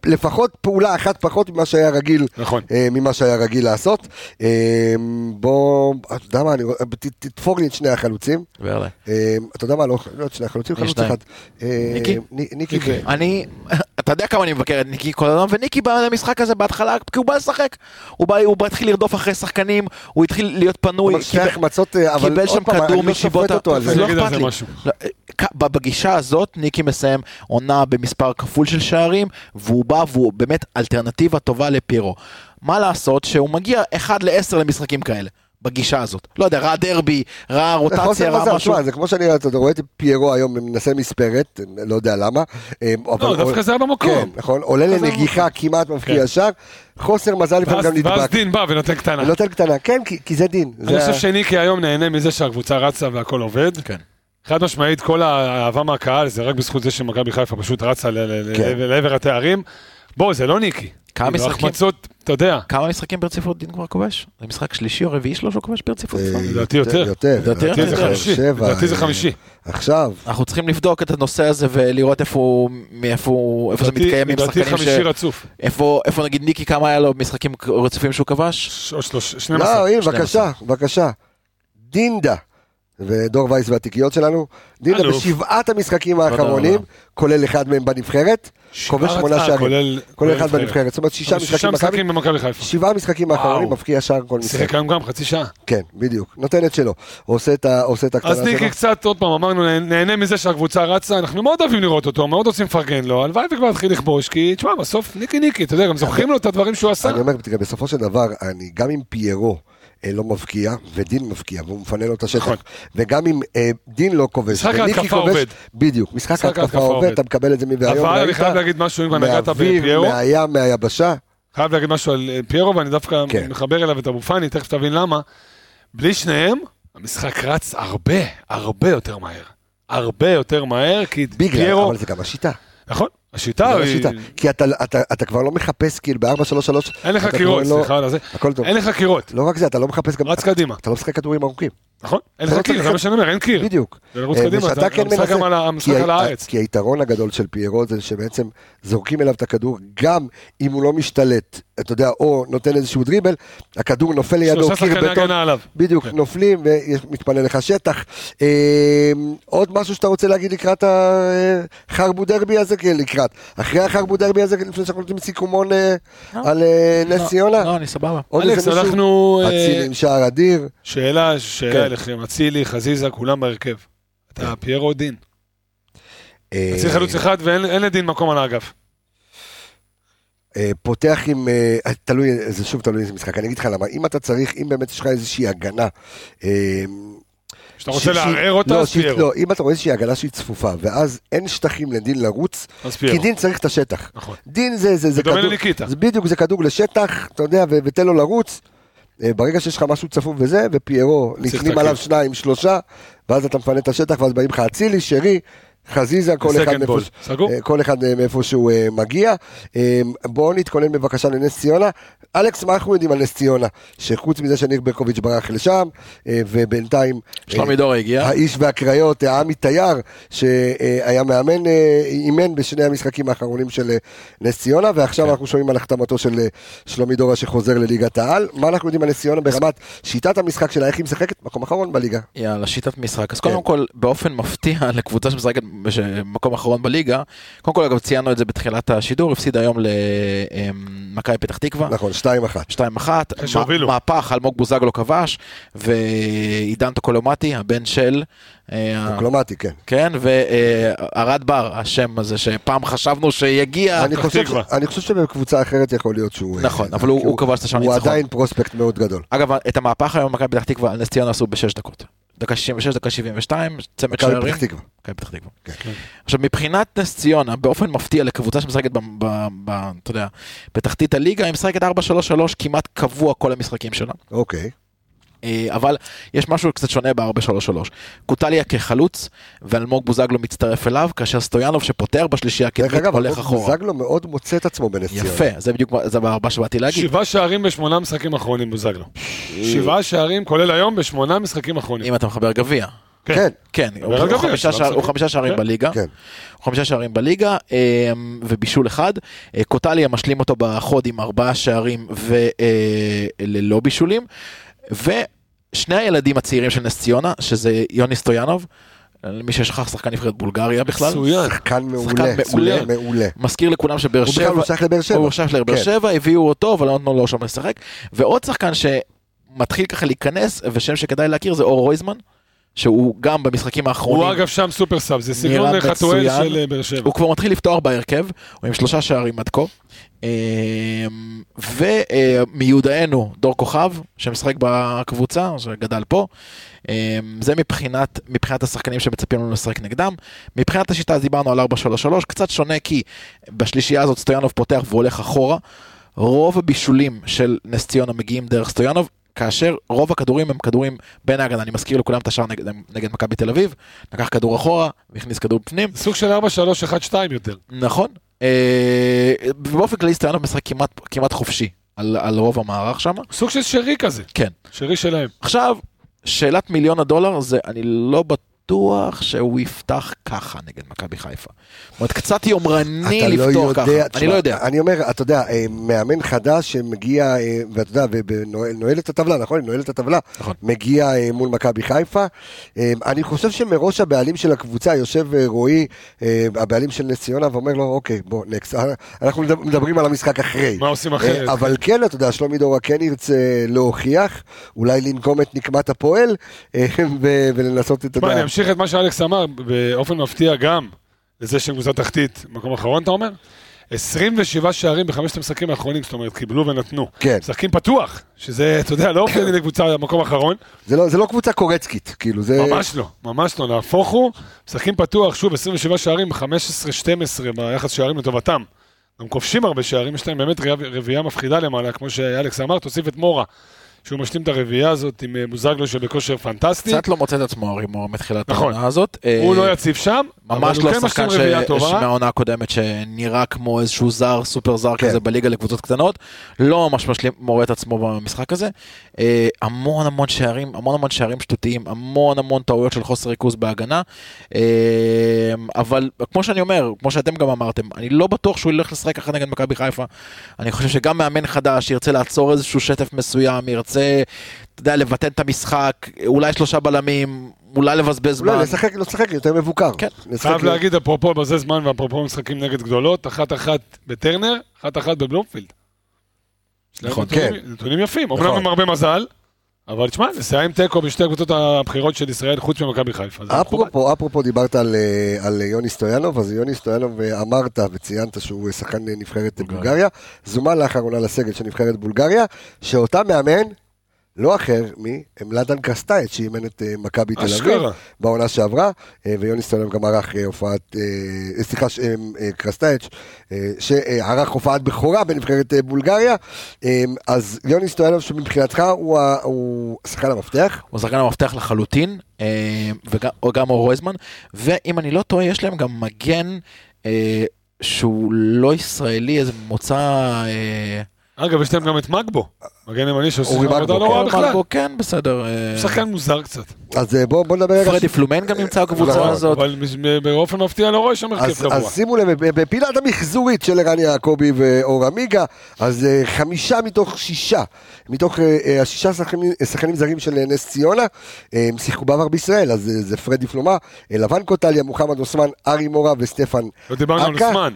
לפחות פעולה אחת פחות ממה שהיה רגיל, נכון. אה, ממה שהיה רגיל לעשות. אה, בוא, אתה יודע מה, אני, רוא- ת- תתפור לי את שני החלוצים. ועלה. אה, אתה יודע מה, לא, לא את שני החלוצים, יש חלוץ שניים. אחד. אה, ניקי? ני- ניקי. ניקי. ו- אני, *laughs* אתה יודע כמה אני מבקר את ניקי כל הזמן, וניקי בא למשחק הזה בהתחלה, כי הוא בא לשחק. הוא בא, הוא בא התחיל לרדוף אחרי שחקנים, הוא התחיל להיות פנוי. אבל שתי קיבל- החמצות, אה, אבל קיבל עוד שם פעם, אני כדור לא שופט משיבות, אותו על זה. לא אני אגיד על אכפת זה לי. משהו. לא, אה, כ- בגישה הזאת ניקי מסיים עונה במספר כפול של שערים, והוא בא והוא באמת אלטרנטיבה טובה לפירו. מה לעשות שהוא מגיע 1 ל-10 למשחקים כאלה, בגישה הזאת. לא יודע, רע דרבי, רע נכון, זה רוטציה, חוסר רע מזל, משהו. תשמע, זה כמו שאני אתה רואה את פיירו היום מנסה מספרת, לא יודע למה. אה, אבל לא, דווקא זה היה במקום. כן, נכון, עולה דווקא זה לא לנגיחה כמעט מבקיע כן. שער, חוסר מזל לפעמים ואז, גם ואז נדבק. דין בא ונותן קטנה. נותן קטנה, כן, כי- כי זה דין. אני זה חושב ה- שניקי היום נהנה מזה שהקבוצה רצה והכל עובד. כן. חד משמעית, כל האהבה מהקהל זה רק בזכות זה שמכבי חיפה פשוט רצה ל- ל- ל- כן. לעבר התארים. בוא, זה לא ניקי. כמה כאילו, משחקים? החמצות, אתה יודע. כמה משחקים ברציפות דין כבר כובש? זה משחק שלישי או רביעי שלו שהוא כובש ברציפות? אה, לדעתי יותר. יותר. לדעתי לדעתי זה יותר. חמישי. שבע, לדעתי זה אה, חמישי. עכשיו, אנחנו צריכים לבדוק את הנושא הזה ולראות איפה הוא, מאיפה הוא, איפה זה מתקיים עם לדעתי שחקנים ש... חמישי רצוף. איפה, איפה נגיד ניקי כמה היה לו משחקים רצופים שהוא כבש? ש- או שלוש, 12. לא, הנה, 12. בבקשה, בבקשה. דינדה. ודור וייס והתיקיות שלנו, דינדה אלוף. בשבעת המשחקים רבה. האחרונים, כולל אחד מהם בנבחרת, כובש אה, שמונה שערים, כולל- כולל אחד כולל בנבחרת, זאת אומרת שישה אבל שישה משחקים מכבי, משחקים במכבי חיפה. שבעה משחקים האחרונים מבקיע שער כל משחק. שיחק היום גם חצי שעה. כן, בדיוק. נותן את שלו. עושה את ה- עושה את הקטנה אז שלו. ניקי קצת, עוד פעם, אמרנו, נה- נהנה מזה שהקבוצה רצה, אנחנו מאוד אוהבים לראות אותו, מאוד רוצים לפרגן לו, הלוואי וכבר יתחיל לכבוש, כי תשמע, בסוף ניקי ניקי, אתה יודע, גם זוכרים לו את הדברים שהוא עשה. כן. אני אומר, תראה, בסופו של דבר, אני גם אם פיירו אה, לא מבקיע, ודין מבקיע, והוא מפנה לו את השטח, נכון. וגם אם אה, דין לא כובש, משחק וניקי ההתקפה כובש- עובד. בדיוק, משחק משחק ההתקפה ההתקפה עובד, עובד. אתה מקבל את זה מבהיום, אבל אני חייב להגיד משהו, אם כבר נגעת מהאוויר, בפיירו, מהים, מהיבשה, חייב להגיד משהו על אה, פיירו, ואני דווקא כן. מחבר אליו את אבו פאני, תכף תבין למה. בלי שניהם, המשחק רץ הרבה, הרבה יותר מהר. הרבה יותר מהר, כי בגלל, פיירו... אבל זה גם השיטה. נכון, השיטה זה לא גם היא... השיטה. כי אתה- אתה אתה כבר לא מחפש, כאילו, ב-4-3-3. אין לך קירות, סליחה על הזה. לא- הכל טוב. אין לך קירות, לא רק זה, אתה לא מחפש גם... רץ קדימה. אתה לא משחק כדורים ארוכים. נכון? אין אתה לך לא קיר, צריך- זה מה שאני אומר, אין קיר. בדיוק. ולרוץ אה, קדימה, ושאתה אתה- כן המשחק מנסה, גם על ה- המשחק כי על ה- הארץ. כי היתרון הגדול של פיירו זה שבעצם זורקים אליו את הכדור, גם אם הוא לא משתלט, אתה יודע, או נותן איזשהו דריבל, הכדור נופל לידו, שלושה קיר שחקני בטון, הגנה כן. עליו. בדיוק, נופלים ומתפנה לך שטח. אה, עוד משהו שאתה רוצה להגיד לקראת החרבו דרבי הזה? כן, לקראת. אחרי החרבו דרבי הזה, לפני שאנחנו נותנים סיכומון אה, על אה, נס ציונה? לא, אני סבבה. עוד אלכס, איזה מישהו? אנחנו, אה, אצילי עם שער אדיר. שאלה, שאלה כן. אליכם, אצילי, חזיזה, כולם בהרכב. אתה פיירו או דין? אה, אצילי חלוץ אחד ואין אין לדין מקום על האגף. אה, פותח עם, אה, תלוי, זה שוב תלוי איזה משחק, אני אגיד לך למה, אם אתה צריך, אם באמת יש לך איזושהי הגנה, אה, כשאתה ש- רוצה ש- לערער אותה, לא, אז שהיא- פיירו. לא, אם אתה רואה איזושהי הגנה שהיא צפופה, ואז אין שטחים לדין לרוץ, אז כי פיירו. דין צריך את השטח. נכון. דין זה, זה, זה בדומה לניקיטה. זה בדיוק, זה כדור לשטח, אתה יודע, ו- ותן לו לרוץ. אה, ברגע שיש לך משהו צפוף וזה, ופיירו, צריך נקנים את עליו הכיף. שניים, שלושה, ואז אתה מפנה את השטח, ואז באים לך אצילי, שרי, חזיזה, כל אחד, Second מאיפה, ball. סגור. אה, כל אחד אה, מאיפה שהוא אה, מגיע. אה, בואו נתכונן בבקשה לנס ציונה. אלכס, מה אנחנו יודעים על נס ציונה? שחוץ מזה שניר ברקוביץ' ברח לשם, אה, ובינתיים... אה, שלומי דורה הגיע. האיש והקריות, אה, עמי תייר, שהיה מאמן, אה, אימן בשני המשחקים האחרונים של אה, נס ציונה, ועכשיו אנחנו שומעים על החתמתו של אה, שלומי דורה שחוזר לליגת העל. מה אנחנו יודעים על נס ציונה ברמת שיטת המשחק שלה, איך היא משחקת? מקום אחרון בליגה. כן. יאללה, שיטת משחק. אז קודם כל, באופן מפתיע, לקבוצה שמשחקת מקום אחרון בליגה. קודם כל, אגב, ציינו את זה בתחילת השידור, הפסיד היום למכבי פתח תקווה. נכון, 2-1. 2-1, אחרי שהובילו. מה- מהפך, אלמוג בוזגלו כבש, ועידן טוקולומטי, הבן של, אה, קלומטי, כן. כן, וערד בר, השם הזה שפעם חשבנו שיגיע, אני חושב, תקווה. ש- אני חושב שבקבוצה אחרת יכול להיות שהוא... נכון, אה, אבל הוא- כי הוא כבש את השער הוא ניצחון. עדיין פרוספקט מאוד גדול. אגב, את המהפך היום במכבי פתח תקווה, נס ציונה עשו בשש דקות. דקה 66, דקה 72, צמד מכבי שערים. פתח תקווה. מכבי פתח תקווה. כן. עכשיו, מבחינת נס ציונה, באופן מפתיע לקבוצה שמשחקת, ב- ב- ב- אתה יודע, בתחתית הליגה, היא משחקת 4-3-3 כמעט קבוע כל המשחקים שלה. אוקיי. אה, אבל יש משהו קצת שונה ב-4-3-3. קוטליה כחלוץ, ואלמוג בוזגלו מצטרף אליו, כאשר סטויאנוב שפותח בשלישייה דרך הקדמית אגב, כן, הולך אלמוג אחורה. בוזגלו מאוד מוצא את עצמו בנס ציונה. יפה, זה בדיוק מה- זה בארבע שבאתי להגיד. שבעה שערים בשמונה משחקים אחרונים בוזגלו. אה. שבעה שערים, כולל היום, בשמונה משחקים אחרונים. אם אתה מחבר גביע. כן. כן, הוא אבל הוא גביע, חמישה שבעה שער- הוא משחקים. חמישה שערים כן. בליגה. כן. הוא חמישה שערים בליגה אה, ובישול אחד. אה, קוטליה משלים אותו בחוד עם ארבעה שערים וללא בישולים. ושני הילדים הצעירים של נס ציונה, שזה יוני סטויאנוב, למי ששכח שחקן נבחרת בולגריה בכלל. מצוין. שחקן מעולה. שחקן מעולה. מעולה. מזכיר לכולם שבאר הוא שבע, בכלל הוא שייך לבאר שבע. הוא שייך לבאר כן. שבע, הביאו אותו, אבל לא נתנו לו שם לשחק. ועוד שחקן שמתחיל ככה להיכנס, ושם שכדאי להכיר זה אור רויזמן, שהוא גם במשחקים האחרונים. הוא אגב שם סופר סאב, זה סגנון נראה חתואל מצוין. של אה, באר שבע. הוא כבר מתחיל לפתוח בהרכב, הוא עם שלושה שערים עד כה. אמ, ומיודענו דור כוכב, שמשחק בקבוצה, שגדל פה. אה, זה מבחינת, מבחינת השחקנים שמצפים לנו לשחק נגדם. מבחינת השיטה אז דיברנו על 4-3-3, קצת שונה כי בשלישייה הזאת סטויאנוב פותח והולך אחורה. רוב הבישולים של נס ציונה מגיעים דרך סטויאנוב. כאשר רוב הכדורים הם כדורים בין ההגנה, אני מזכיר לכולם את השער נגד, נגד מכבי תל אביב, לקח כדור אחורה והכניס כדור פנים, סוג של 4-3-1-2 יותר. נכון. אה, באופן כללי סטויאנוב משחק כמעט, כמעט חופשי על, על רוב המערך שם. סוג של שרי כזה, כן. שרי שלהם. עכשיו, שאלת מיליון הדולר זה אני לא בטוח שהוא יפתח ככה נגד מכבי חיפה. זאת אומרת, קצת יומרני אתה לא לפתוח ככה. יודע, אני לא יודע. אני אומר, אתה יודע, אה, מאמן חדש שמגיע, אה, ואתה יודע, ונועל את הטבלה, נכון? נועל את הטבלה. נכון. מגיע אה, מול מכבי חיפה. אה, אני חושב שמראש הבעלים של הקבוצה, יושב אה, רועי, אה, הבעלים של נס ציונה, ואומר לו, אוקיי, בוא, נקסט. אה, אנחנו מדבר- מדברים על המשחק אחרי. מה עושים אה, אחרת? אבל כן, אתה יודע, שלומי דורה כן ירצה להוכיח, אולי לנקום את נקמת הפועל, אה, *laughs* ו- ולנסות, אתה תשמע, אני יודע, אמשיך את מה שאלכס אמר, באופן מפתיע גם, לזה שהם קבוצה תחתית, מקום אחרון אתה אומר? 27 שערים בחמשת המשחקים האחרונים, זאת אומרת, קיבלו ונתנו. כן. משחקים פתוח, שזה, אתה יודע, לא אופייני לקבוצה במקום האחרון, זה לא- זה לא קבוצה קורצקית, כאילו, זה... ממש לא, ממש לא, נהפוך הוא, משחקים פתוח, שוב, 27 שערים, 15-12 ביחס שערים לטובתם. גם כובשים הרבה שערים, יש להם באמת רביע- רביעייה מפחידה למעלה, כמו שאלכס אמר, תוסיף את מורה, שהוא משלים את הרביעייה הזאת עם אה, בוזגלו שבכושר פנטסטי. קצת לא מוצא את עצמו רימור מתחילת נכון. העונה הזאת. הוא אה, לא יציב שם, ממש אבל הוא לא כן שחקן משלים ש- רביעייה טובה. מהעונה הקודמת שנראה כמו איזשהו זר, סופר זר כן. כזה בליגה לקבוצות קטנות, לא ממש משלים- מורה את עצמו במשחק הזה. אה, המון המון שערים, המון המון שערים שטותיים, המון המון טעויות של חוסר ריכוז בהגנה. אה, אבל כמו שאני אומר, כמו שאתם גם אמרתם, אני לא בטוח שהוא ילך לשחק ככה נגד מכבי חיפה. אני חושב שגם מאמן חדש ירצה לעצור איזשהו שטף מסוים, ירצה, אתה יודע, לבטל את המשחק, אולי שלושה בלמים, אולי לבזבז זמן. אולי לשחק, לא לשחק יותר מבוקר. כן. לשחק- חייב להגיד אפרופו בזה זמן ואפרופו משחקים נגד גדולות, אחת אחת בטרנר, אחת אחת בבלומפילד. יש להם נכון, נתונים- כן. נתונים יפים, נכון. אומנם עם הרבה מזל, אבל תשמע, נסיים תיקו בשתי הקבוצות הבכירות של ישראל חוץ ממכבי חיפה. זה מכובד. אפרופו, אפרופו דיברת על, אה, על יוני סטויאנוב, אז יוני סטויאנוב אה, אמרת וציינת שהוא אה, שחקן אה, נבחרת בולגריה. בולגריה, זומן לאחרונה לסגל של נבחרת בולגריה, שאותה מאמן לא אחר מאמלדן קרסטייט, שאימן את אה, מכבי תל אביב אשכרה. בעונה שעברה, אה, ויוני סטויאנוב גם ערך אה, הופעת, אה, סליחה, ש- אה, אה, קרסטייץ', אה, שערך הופעת בכורה בנבחרת אה, בולגריה, אה, אז יוני סטויאנוב שמבחינתך הוא ה- הוא שחקן המפתח. הוא שחקן המפתח לחלוטין, אה, וגם או גם אור רויזמן, ואם אני לא טועה, יש להם גם מגן אה, שהוא לא ישראלי, איזה מוצא... אה, אגב, יש להם גם את מגבו, מגן ימני שעושה אורי עבודה מלבו, לא רעה כן, בכלל. מלבו, כן, בסדר. אה, הוא שחקן מוזר קצת. אז אה, בואו בואו נדבר רגע... פרדי פלומן גם נמצא בקבוצה נכון, הזאת. אבל מש- באופן מפתיע לא רואה שם הרכב אז, קבוע. אז שימו לב, בפינת המחזורית של ערן יעקבי ואור עמיגה, אז אה, חמישה מתוך שישה, מתוך אה, אה, השישה שחקנים- שחקנים זרים של אה, נס ציונה, אה, הם שיחקו בעבר בישראל, אז אה, זה פרדי פלומה, אה, לבן קוטליה, מוחמד אוסמן, ארי מורה וסטפן לא דיברנו על אקה. אוסמן.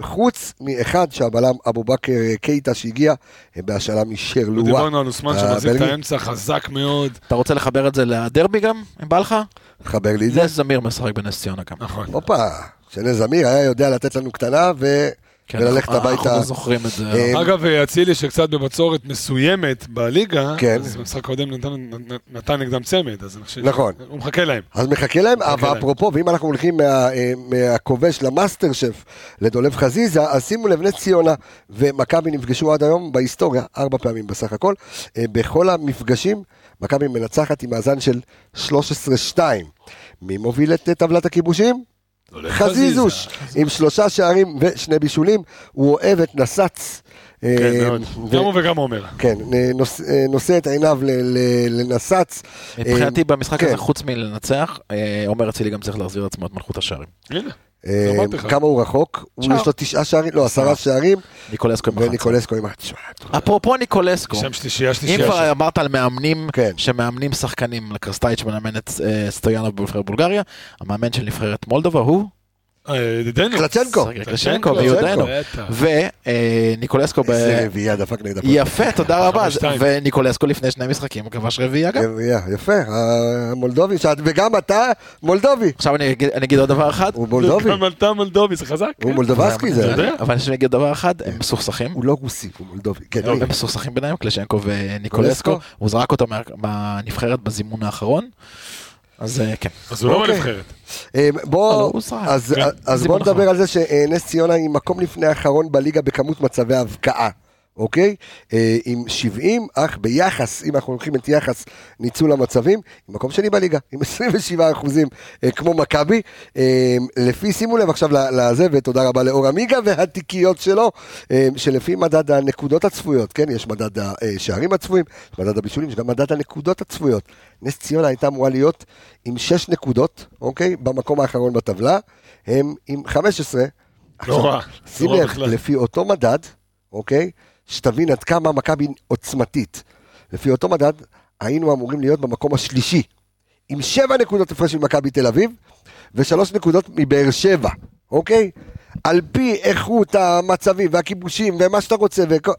וחוץ מאחד שהבלם אבו בכר אה, קייטה שהגיע אה, בהשאלה לא משרלואה. דיברנו על אוסמן שמחזיק את הבלגי. האמצע חזק מאוד. אתה רוצה לחבר את זה לדרבי גם, אם בא לך? חבר לי את זה. נס זמיר משחק בנס ציונה גם. נכון. הופה, שני זמיר היה יודע לתת לנו קטנה ו... כן, וללכת אנחנו- הביתה. אנחנו זוכרים את זה. אה, אגב, אצילי שקצת בבצורת מסוימת בליגה, כן. אז במשחק הקודם נתן- נ- נ- נתן נגדם צמד, אז אני חושב... נכון. הוא מחכה להם. אז מחכה להם, מחכה אבל להם. אפרופו, ואם אנחנו הולכים מה- אה, מהכובש למאסטר שף לדולב חזיזה, אז שימו לב, נס ציונה ומכבי נפגשו עד היום בהיסטוריה, ארבע פעמים בסך הכל. אה, בכל המפגשים, מכבי מנצחת עם מאזן של 13-2. מי מוביל את אה, טבלת הכיבושים? חזיזוש, עם שלושה שערים ושני בישולים. הוא אוהב את נסץ. אה, כן, מאוד. ו- גם הוא וגם עומר. כן, נוס- נושא את עיניו ל- ל- לנסץ. מבחינתי במשחק כן. הזה, חוץ מלנצח, אה, עומר אצילי גם צריך להחזיר לעצמו את מלכות השערים. הנה. אה, אמרתי לך. אה, כן, כמה הוא רחוק, הוא יש לו תשעה שערים, לא עשרה שערים, ניקולסקו עם אחת. וניקולסקו עם תשמע, אפרופו ניקולסקו, שם שלישייה אם שלישייה. כבר אמרת על מאמנים כן. שמאמנים שחקנים, לקרסטייץ' מאמן את אה, סטויאנוב בנבחרת בולגריה, המאמן של נבחרת מולדובה הוא אה, דניאל. קלצ'נקו. סרגי קרשנקו קלצ'נקו, ויודענו, בטח. וניקולסקו, אה, ב- איזה רביעייה דפק נגד הפועל. יפה תודה רבה, חמש, שתיים. וניקולסקו לפני שני משחקים כבש רביעייה גם. רביעייה, יפה, המולדובי, שאת- וגם אתה מולדובי. עכשיו אני אגיד- אני אגיד עוד דבר אחד, הוא מולדובי, גם אתה מולדובי, זה חזק. הוא מולדובסקי זה. אתה יודע? אבל אני אגיד דבר אחד, הם מסוכסכים, הוא לא רוסי, הוא מולדובי. כן, הם מסוכסכים ביניהם, קלשנקו וניקולסקו, ניקולסקו. הוא זרק אותו מה- מהנבחרת בזימון האחרון, אז אה, כן. אז הוא לא אוקיי. בנבחרת. אה, אבל בואו, הוא שחק. אז- כן, אז זה בואו נכון. נדבר על זה שנס ציונה היא מקום לפני האחרון בליגה בכמות מצבי הבקעה. אוקיי? אה, עם 70, אך ביחס, אם אנחנו לוקחים את יחס ניצול המצבים, היא מקום שני בליגה, עם 27 אחוזים, אה, כמו מכבי. אה, לפי, שימו לב עכשיו ל- לזה, ותודה רבה לאור עמיגה והתיקיות שלו, אה, שלפי מדד הנקודות הצפויות, כן? יש מדד השערים הצפויים, יש מדד הבישולים, יש גם מדד הנקודות הצפויות. נס ציונה הייתה אמורה להיות עם 6 נקודות, אוקיי? במקום האחרון בטבלה, הם עם 15. לא רע. שים לא רע לב, בכלל. לפי אותו מדד, אוקיי? שתבין עד כמה מכבי עוצמתית. לפי אותו מדד, היינו אמורים להיות במקום השלישי, עם שבע נקודות הפרש ממכבי תל אביב, ושלוש נקודות מבאר שבע, אוקיי? על פי איכות המצבים והכיבושים ומה שאתה רוצה, וכל...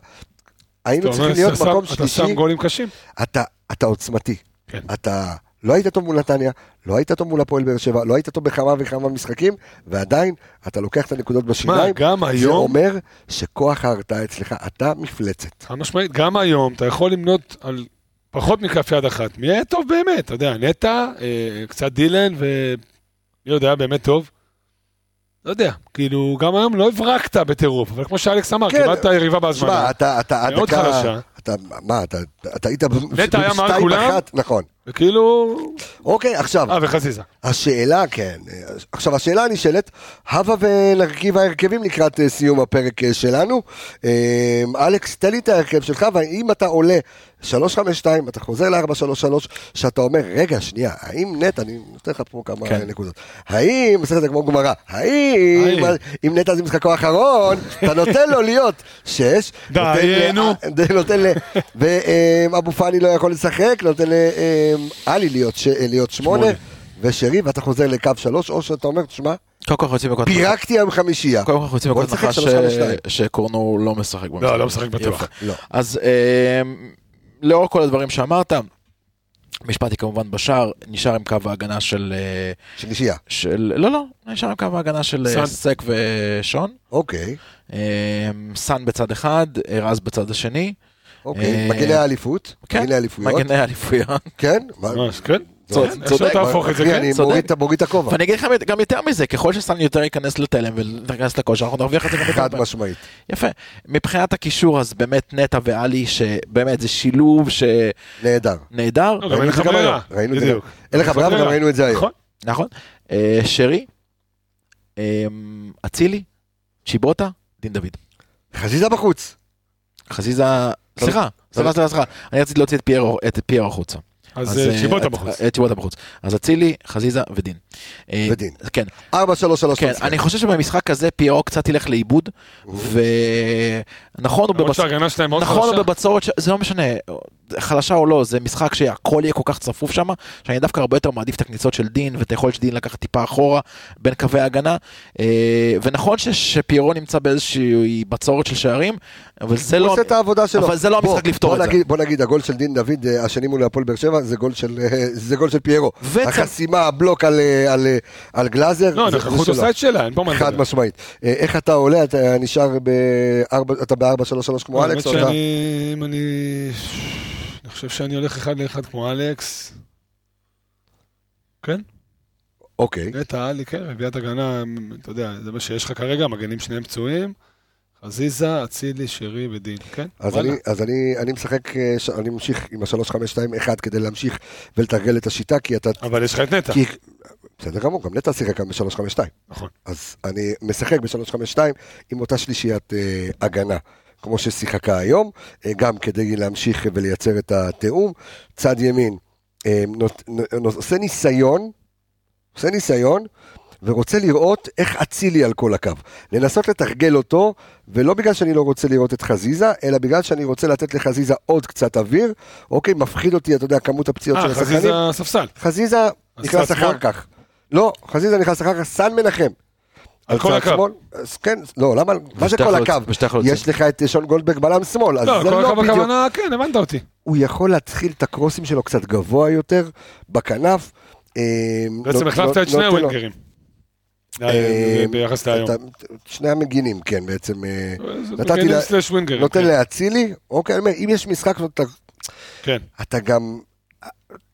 אתה היינו אומר, צריכים להיות אתה מקום שם- אתה שם שלישי. גולים קשים. אתה, אתה עוצמתי. כן. אתה לא היית טוב מול נתניה, לא היית טוב מול הפועל באר שבע, לא היית טוב בכמה וכמה משחקים, ועדיין אתה לוקח את הנקודות בשיניים. גם זה היום- אומר שכוח ההרתעה אצלך, אתה מפלצת. חד משמעית, גם היום אתה יכול למנות על פחות מכף יד אחת. מי היה טוב באמת, אתה יודע, נטע, אה, קצת דילן, ומי יודע, באמת טוב. לא יודע, כאילו, גם היום לא הברקת בטירוף, אבל כמו שאלכס אמר, כן. קיבלת יריבה בהזמנה. שמע, אתה, אתה, מאוד הדקה- חלשה. אתה, מה, אתה, אתה היית ב- נטע היה מעל בשתיים כולם? אחת, נכון. וכאילו, אוקיי, עכשיו, אה, וחזיזה. השאלה, כן. עכשיו, השאלה הנשאלת, הבה ונרכיב ההרכבים לקראת אה, סיום הפרק אה, שלנו. אה, אלכס, תן לי את ההרכב שלך, ואם אתה עולה 352, אתה חוזר ל-433, שאתה אומר, רגע, שנייה, האם נטע, אני נותן לך פה כמה כן. נקודות, האם, עושה את זה כמו גמרא, האם, האם. אם נטע זה משחקו האחרון, אתה נותן לו להיות שש. נותן דיינו. ל- אה, נותן ל... *laughs* ואבו פאני לא יכול לשחק, נותן לאלי להיות ש- להיות שמונה, שמונה. ושרי, ואתה חוזר לקו שלוש, או שאתה אומר, תשמע, קודם כל חצי מכות פירקתי היום חמישייה. קודם כל חצי בוא מכות נשחק הנחה ש- 3-5-2. שקורנו לא משחק במשחק. לא משחק בטוח. יפה. לא. אז אה, לאור כל הדברים שאמרת, משפטי כמובן בשער, נשאר עם קו ההגנה של... אה, שלישייה, של... לא, לא, נשאר עם קו ההגנה של אה, סאן. סק ושון. אוקיי, אה, סאן בצד אחד, אה, רז בצד השני. אוקיי, אה, מגני האליפות, כן, מגני האליפויות, מגני האליפויות. כן, מה- ממש, כן. צודק, כן, איך שלא צודק. תהפוך את זה, אחי, כן. אני צודק. מוריד את- מוריד את הכובע, ואני אגיד לך גם יותר מזה, ככל שסאן יותר ייכנס לתלם ולהיכנס לכושר, אנחנו נרוויח את זה גם יותר. חד פעמים. משמעית. יפה. מבחינת הקישור, אז באמת נטע ואלי, שבאמת זה שילוב שנהדר. נהדר. לא, גם אין ראינו את לך זה גם ברירה. היום, ראינו את זה בדיוק. גם- אין לך ברירה, וגם ראינו את זה היום. נכון. נכון? אה, שרי, אה, אצילי, צ'יבוטה, דין דוד. חזיזה בחוץ, חזיזה סליחה, סליחה, סליחה, סליחה. אני רציתי להוציא את פיירו- את פיירו החוצה. אז אה, שיבוטה אה, בחוץ. אה, שיבוטה בחוץ. אז אצילי, חזיזה ודין. אה, ודין. כן. 4, 3, 3, כן, אני חושב שבמשחק הזה פיירו קצת ילך לאיבוד, ונכון אה, הוא למרות בבצ- שההגנה שלהם מאוד נכון הוא חלשה. בבצורת, ש- זה לא משנה, חלשה או לא, זה משחק שהכל יהיה כל כך צפוף שם, שאני דווקא הרבה יותר מעדיף את הכניסות של דין ואת היכולת של דין לקחת טיפה אחורה בין קווי ההגנה, אה, ונכון ש- שפיירו נמצא באיזושהי בצורת של שערים, אבל זה הוא לא... עושה את העבודה שלו. אבל זה לא בוא, המשחק לפתור בוא את זה. נגיד- בוא נגיד, הגול של דין דוד, אה, השני מול הפועל באר שבע, זה גול של, אה, זה גול של פיירו. וצ- החסימה, הבלוק על, אה, על, אה, על גלאזר, לא, זה- הנוכחות זה שלו. עושה את שלה, אין פה מה חד לדבר. משמעית. אה, איך אתה עולה, אתה נשאר ב-4, אתה ב-4-3-3 כמו אלכס, או לא, האמת אתה... שאני... אם אני... אני חושב שאני הולך אחד לאחד כמו אלכס. כן, אוקיי. נטע עלי, כן, רביעיית הגנה, אתה יודע, זה מה שיש לך כרגע, מגנים שניהם פצועים. חזיזה, אצילי, שרי ודין, כן? אז, וואלה. אני, אז אני, אני משחק, אה, ש- אני ממשיך עם ה-3-5-2-1 כדי להמשיך ולתרגל את השיטה, כי אתה... אבל יש לך את נטע. כי... בסדר גמור, גם נטע שיחק ב-3-5-2. נכון. אז אני משחק ב-352 עם אותה שלישיית אה, הגנה, כמו ששיחקה היום, אה, גם כדי להמשיך ולייצר את התיאום. צד ימין אה, נות, נות, נות, עושה ניסיון, עושה ניסיון, ורוצה לראות איך אצילי על כל הקו. לנסות לתרגל אותו, ולא בגלל שאני לא רוצה לראות את חזיזה, אלא בגלל שאני רוצה לתת לחזיזה עוד קצת אוויר. אוקיי, מפחיד אותי, אתה יודע, כמות הפציעות של אה, השחקנים. חזיזה ספסל. חזיזה נכנס צד שמאל? אחר כך. לא, חזיזה נכנס אחר כך, סן מנחם. על כל צד הקו. שמאל, אז כן, לא, למה, מה זה ושתי כל החלוצ- הקו? ושתי החלוצים. יש לך את שון גולדברג בלם שמאל, אז לא, זה כל לא הקו בדיוק. לא- הכוונה, כן, הבנת אותי. הוא יכול להתחיל את הקרוסים שלו קצת גבוה יותר, בכנף. אה, בעצם נות- החלפת נות- את שני נותן לא לו. הווינגרים. אה, ביחס להיום. אתה- שני המגינים, כן, בעצם. אה, זה נתתי מגנים לה- סלאש ווינגרים, נותן כן. לאצילי, אוקיי, אני אומר, אם יש משחק, אתה- כן. אתה גם...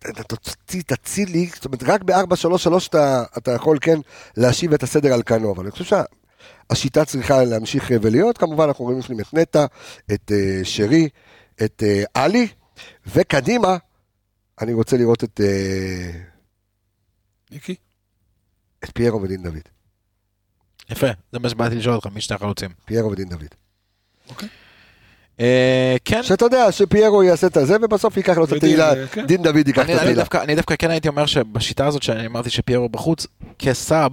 אתה תוציא, תצילי, זאת אומרת, רק ב-4-3-3 אתה, אתה יכול כן להשיב את הסדר על כנו, אבל אני חושב שהשיטה צריכה להמשיך אה, ולהיות, כמובן אנחנו רואים לפנים את נטע, את אה, שרי, את אה, עלי, וקדימה, אני רוצה לראות את, אה, ניקי? את פיירו ודין דוד. יפה, זה מה שבאתי לשאול אותך, מי שני החלוצים. פיירו ודין דוד. אה, כן, שאתה יודע שפיירו יעשה את הזה, ובסוף ייקח לו את ודין, התהילה, אה, כן. דין דוד ייקח את אני, אני, התהילה. דווקא, אני דווקא כן הייתי אומר שבשיטה הזאת שאני אמרתי שפיירו בחוץ, כסאב,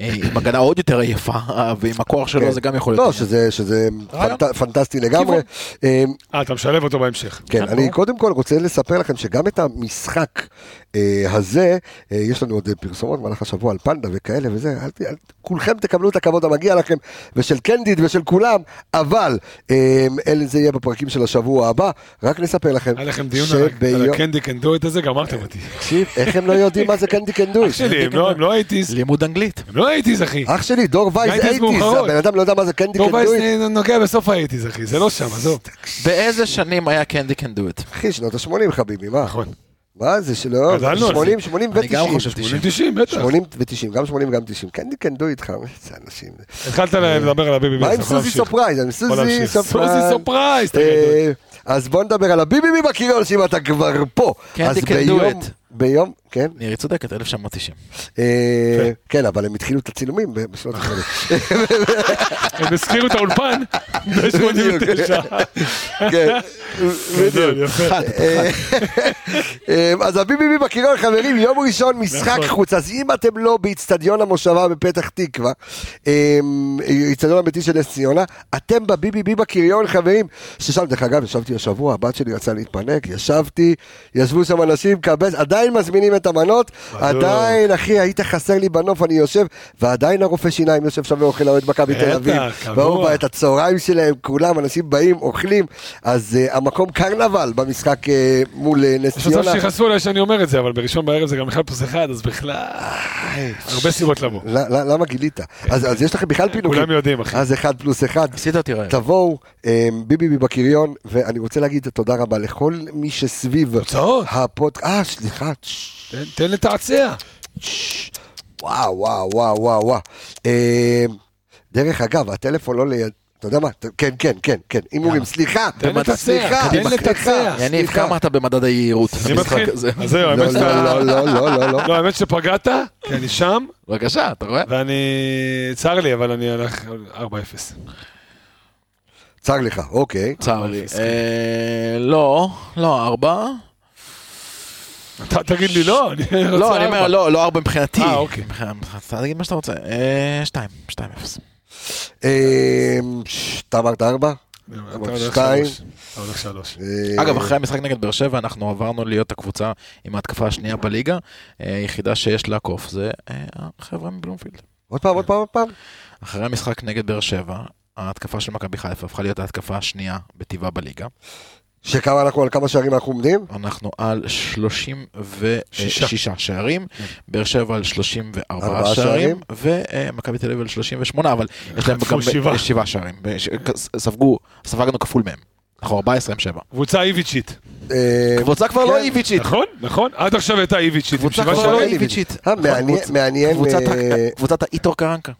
אה, עם הגנה עוד יותר עייפה, אה, ועם הכוח שלו כן. זה גם יכול להיות. לא, שזה, שזה רעיון. פנט, פנטסטי לגמרי. כיוון. אה, אה, אתה משלב אותו בהמשך. כן, אני קודם כל רוצה לספר לכם שגם את המשחק אה, הזה, אה, יש לנו עוד אה, פרסומות במהלך השבוע על פנדה וכאלה וזה, אל, ת- אל, כולכם תקבלו את הכבוד המגיע לכם, ושל קנדיד ושל כולם, אבל אה, אלה זה יהיה בפרקים של השבוע הבא, רק נספר לכם, היה לכם דיון על ה- על הקנדי קנדו את הזה, גמרתם *laughs* אותי. תקשיב, איך הם לא יודעים מה זה קנדי קנדוי? אח שלי, הם לא- הם לא הייטיז, לימוד אנגלית. הם לא הייטיז, אחי. אח שלי, דור וייז ראיתי את אייטיז, מאוחרות. הבן אדם לא יודע מה זה קנדי טוב, וייס קנדוי, נוגע בסוף הייטיז, אחי, זה לא שם, עזוב. באיזה שנים היה קנדי קן דו את? אחי, שנות ה-80 חביבי, מה? נכון. מה זה שלא? גדלנו על זה. 80, 80 אני גם חושב ו-90. 90. 90, בטח. 80 ו-90, גם 80 גם 90. קנדי קנדו איתך, איזה אנשים. התחלת לדבר על הביבי מה ביבי, עם סוזי סופרייז? עם סוזי סוזי סופרייז. סופרייז, אתה גדול. אה, אז בוא נדבר על הביבי מבקיריון, שאם אתה כבר פה. קנדי אז can do ביום- it. ביום, כן. נירי צודקת, 1990. אה, כן. כן, אבל הם התחילו את הצילומים ב- *laughs* בשנות החודש. הם הזכירו את *laughs* האולפן ב-89. כן, *laughs* בדיוק. אחת, אה, אה, אז הביבי מבקיריון, חברים, יום ראשון משחק נכון. חוץ, אז אם אתם לא באיצטדיון המושבה בפתח תקווה, אה, איצטדיון הביתי של נס ציונה, אתם בביבי מבקיריון, חברים, ששם, דרך אגב, ישבתי השבוע, הבת שלי יצאה להתפנק, ישבתי, ישבו שם אנשים, קבס, עדיין מזמינים את המנות, עדיין, אחי, היית חסר לי בנוף, אני יושב, ועדיין הרופא שיניים יושב שם ואוכל לאוהד מכבי תל בטח, אביב, קבוע. והוא בא את הצהריים שלהם, כולם, אנשים באים, אוכלים, אז uh, המקום קרנבל במשחק uh, מול uh, נס יש מצב ציונה. שיכעסו עליי שאני אומר את זה, אבל בראשון בערב זה גם אחד פלוס אחד, אז בכלל, הרבה סיבות לבוא. ל- ל- למה גילית? אז, אז יש לכם בכלל פינוקים. כולם יודעים, אחי. אז אחד פלוס אחד. עשית אותי רעב. תבואו, אה, ביבי מבקריון, ואני רוצה להגיד תודה רבה לכל מי שסביב תוצאות. הפוד... אה, סליחה. ש- תן- תן לתעצע. וואו, וואו, וואו, וואו, וואו. אה, דרך אגב, הטלפון לא ליד... אתה יודע מה? ת- כן, כן, כן, כן, הימורים, סליחה, תן לתצח, סליחה, תן סליחה, לתצח. יניב, סליחה. כמה אתה במדד היהירות? אני במשחק מתחיל. הזה? אז זהו, לא, האמת לא, שאתה... לא, לא, לא, לא, לא. לא, האמת שפגעת, כי אני שם, בבקשה, אתה רואה? ואני... צר לי, אבל אני הולך 4-0. צר לך, אוקיי. צר לי. אה, לא, לא ארבע. אתה תגיד לי לא, אני רוצה... לא, אני ארבע. אומר, לא, לא ארבע מבחינתי. אה, אוקיי. מבחינתך, אתה תגיד מה שאתה רוצה. אה, שתיים, שתיים אפס. אה, ש- אתה אמרת ארבע? אתה אמרתי הולך שתיים. שלוש. אתה הולך שלוש. אה, אגב, אחרי המשחק נגד באר שבע, אנחנו עברנו להיות הקבוצה עם ההתקפה השנייה בליגה. אה, היחידה שיש לעקוף זה אה, החבר'ה מבלומפילד. עוד פעם, עוד פעם, עוד פעם. אחרי המשחק נגד באר שבע, ההתקפה של מכבי חיפה הפכה להיות ההתקפה השנייה בטבעה בליגה. שכמה אנחנו, על כמה שערים אנחנו עומדים? אנחנו על 36 שערים, באר שבע על 34 כן. ארבעה שערים, ומכבי תל אביב על 38, אבל יש להם חטפו גם שבעה. 7 שערים. וש- ספגו, ספגנו כפול מהם. אנחנו 14 עם 7. קבוצה איביצ'ית. אה, קבוצה כבר לא כן. איביצ'ית. נכון, נכון. עד עכשיו הייתה איביצ'ית. עם קבוצה כבר שבעה שערים. לא אין לי איביצ'ית. אה, מעניין- קבוצ- מעניין, קבוצת ה- אה, קבוצת האיטור קרנקה.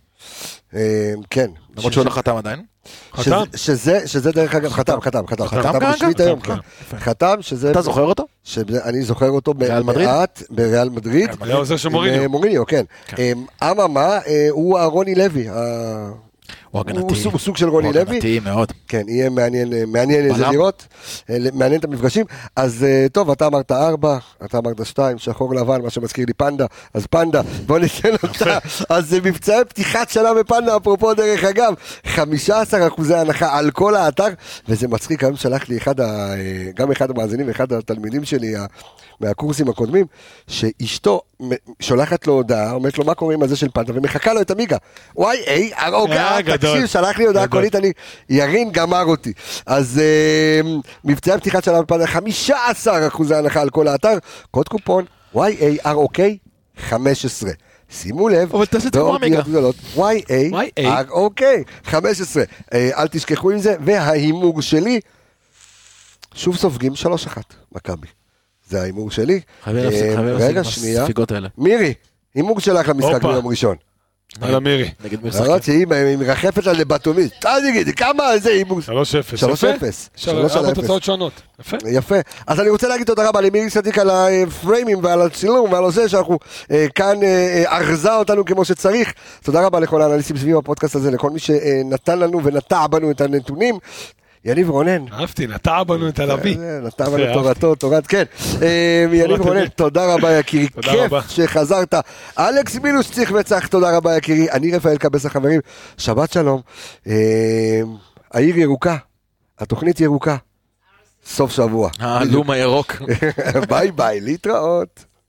אה, כן. למרות שהוא לא חתם עדיין. שזה- חתם? שזה, שזה דרך אגב, חתם, חתם, חתם, חתם חתם כרגע? רשמית חתם, היום, כן. כן. חתם, שזה, אתה זוכר אותו? שאני זוכר אותו ריאל מדריד? מעט בריאל מדריד. היה עוזר של עם, מוריניו. אה, מוריניו, כן. אה, אממה, אה, הוא אהרוני לוי. ה- הוא הוא הגנתי. סוג- סוג של רוני הוא לוי. הגנתי מאוד. כן, יהיה מעניין, אה, מעניין בלם. איזה לראות, אה, מעניין את המפגשים. אז אה, טוב, אתה אמרת ארבע, אתה אמרת שתיים, שחור לבן, מה שמזכיר לי פנדה, אז פנדה, בוא ניתן *laughs* אותה. אז אה, מבצעי פתיחת שנה בפנדה, אפרופו דרך אגב, 15 אחוזי הנחה על כל האתר, וזה מצחיק, היום שלח לי אחד, ה, אה, גם אחד המאזינים ואחד התלמידים שלי, ה- מהקורסים הקודמים, שאשתו מ- שולחת לו הודעה, אומרת לו מה קורה עם הזה של פנדה, ומחכה לו את המיגה. וואי, איי, הרוגע, אה, גדול. תקשיב, שלח לי הודעה גדול. קולית, אני, ירין גמר אותי. אז אה, מבצעי הפתיחת של הפאנל 15 אחוזי הנחה על כל האתר, קוד קופון YAROK 15. שימו לב, אבל תעשה את זה כמו בעוד עמיגה. מילים גדולות, YAROK 15. אה, אל תשכחו עם זה, וההימור שלי, שוב סופגים 3-1, מכבי. זה ההימור שלי. חייבים להפסיק אה, חייבים להפסיק רגע, עם שנייה. הספיגות האלה. מירי, הימור שלך למשחק הופה. ביום ראשון. יאללה מירי. נגד מי למרות משחקים? שהיא מרחפת לה לבטומית. תגידי, כמה זה הימור? 3-0. שלוש יפה. אפס. שלוש שלוש על אפס. ארבע תוצאות שונות. יפה. יפה. אז אני רוצה להגיד תודה רבה למירי צדיק על הפריימים ועל הצילום ועל זה שאנחנו אה, כאן אה, אה, ארזה אותנו כמו שצריך. תודה רבה לכל האנליסטים סביב הפודקאסט הזה, לכל מי שנתן לנו ונטע בנו את הנתונים. יניב רונן. אהבתי, נטע בנו את הלוי. אה, נטע יפה, בנו אהבתי. תורתו, תורת, כן. אה, יניב תורת רונן, אמת. תודה רבה יקירי, תודה כיף רבה. שחזרת. אלכס מינוס צריך וצח, תודה רבה יקירי. אני רפאל קבס החברים, שבת שלום. אה, העיר ירוקה, התוכנית ירוקה. סוף שבוע. אה, הלום הירוק. *laughs* ביי ביי, להתראות.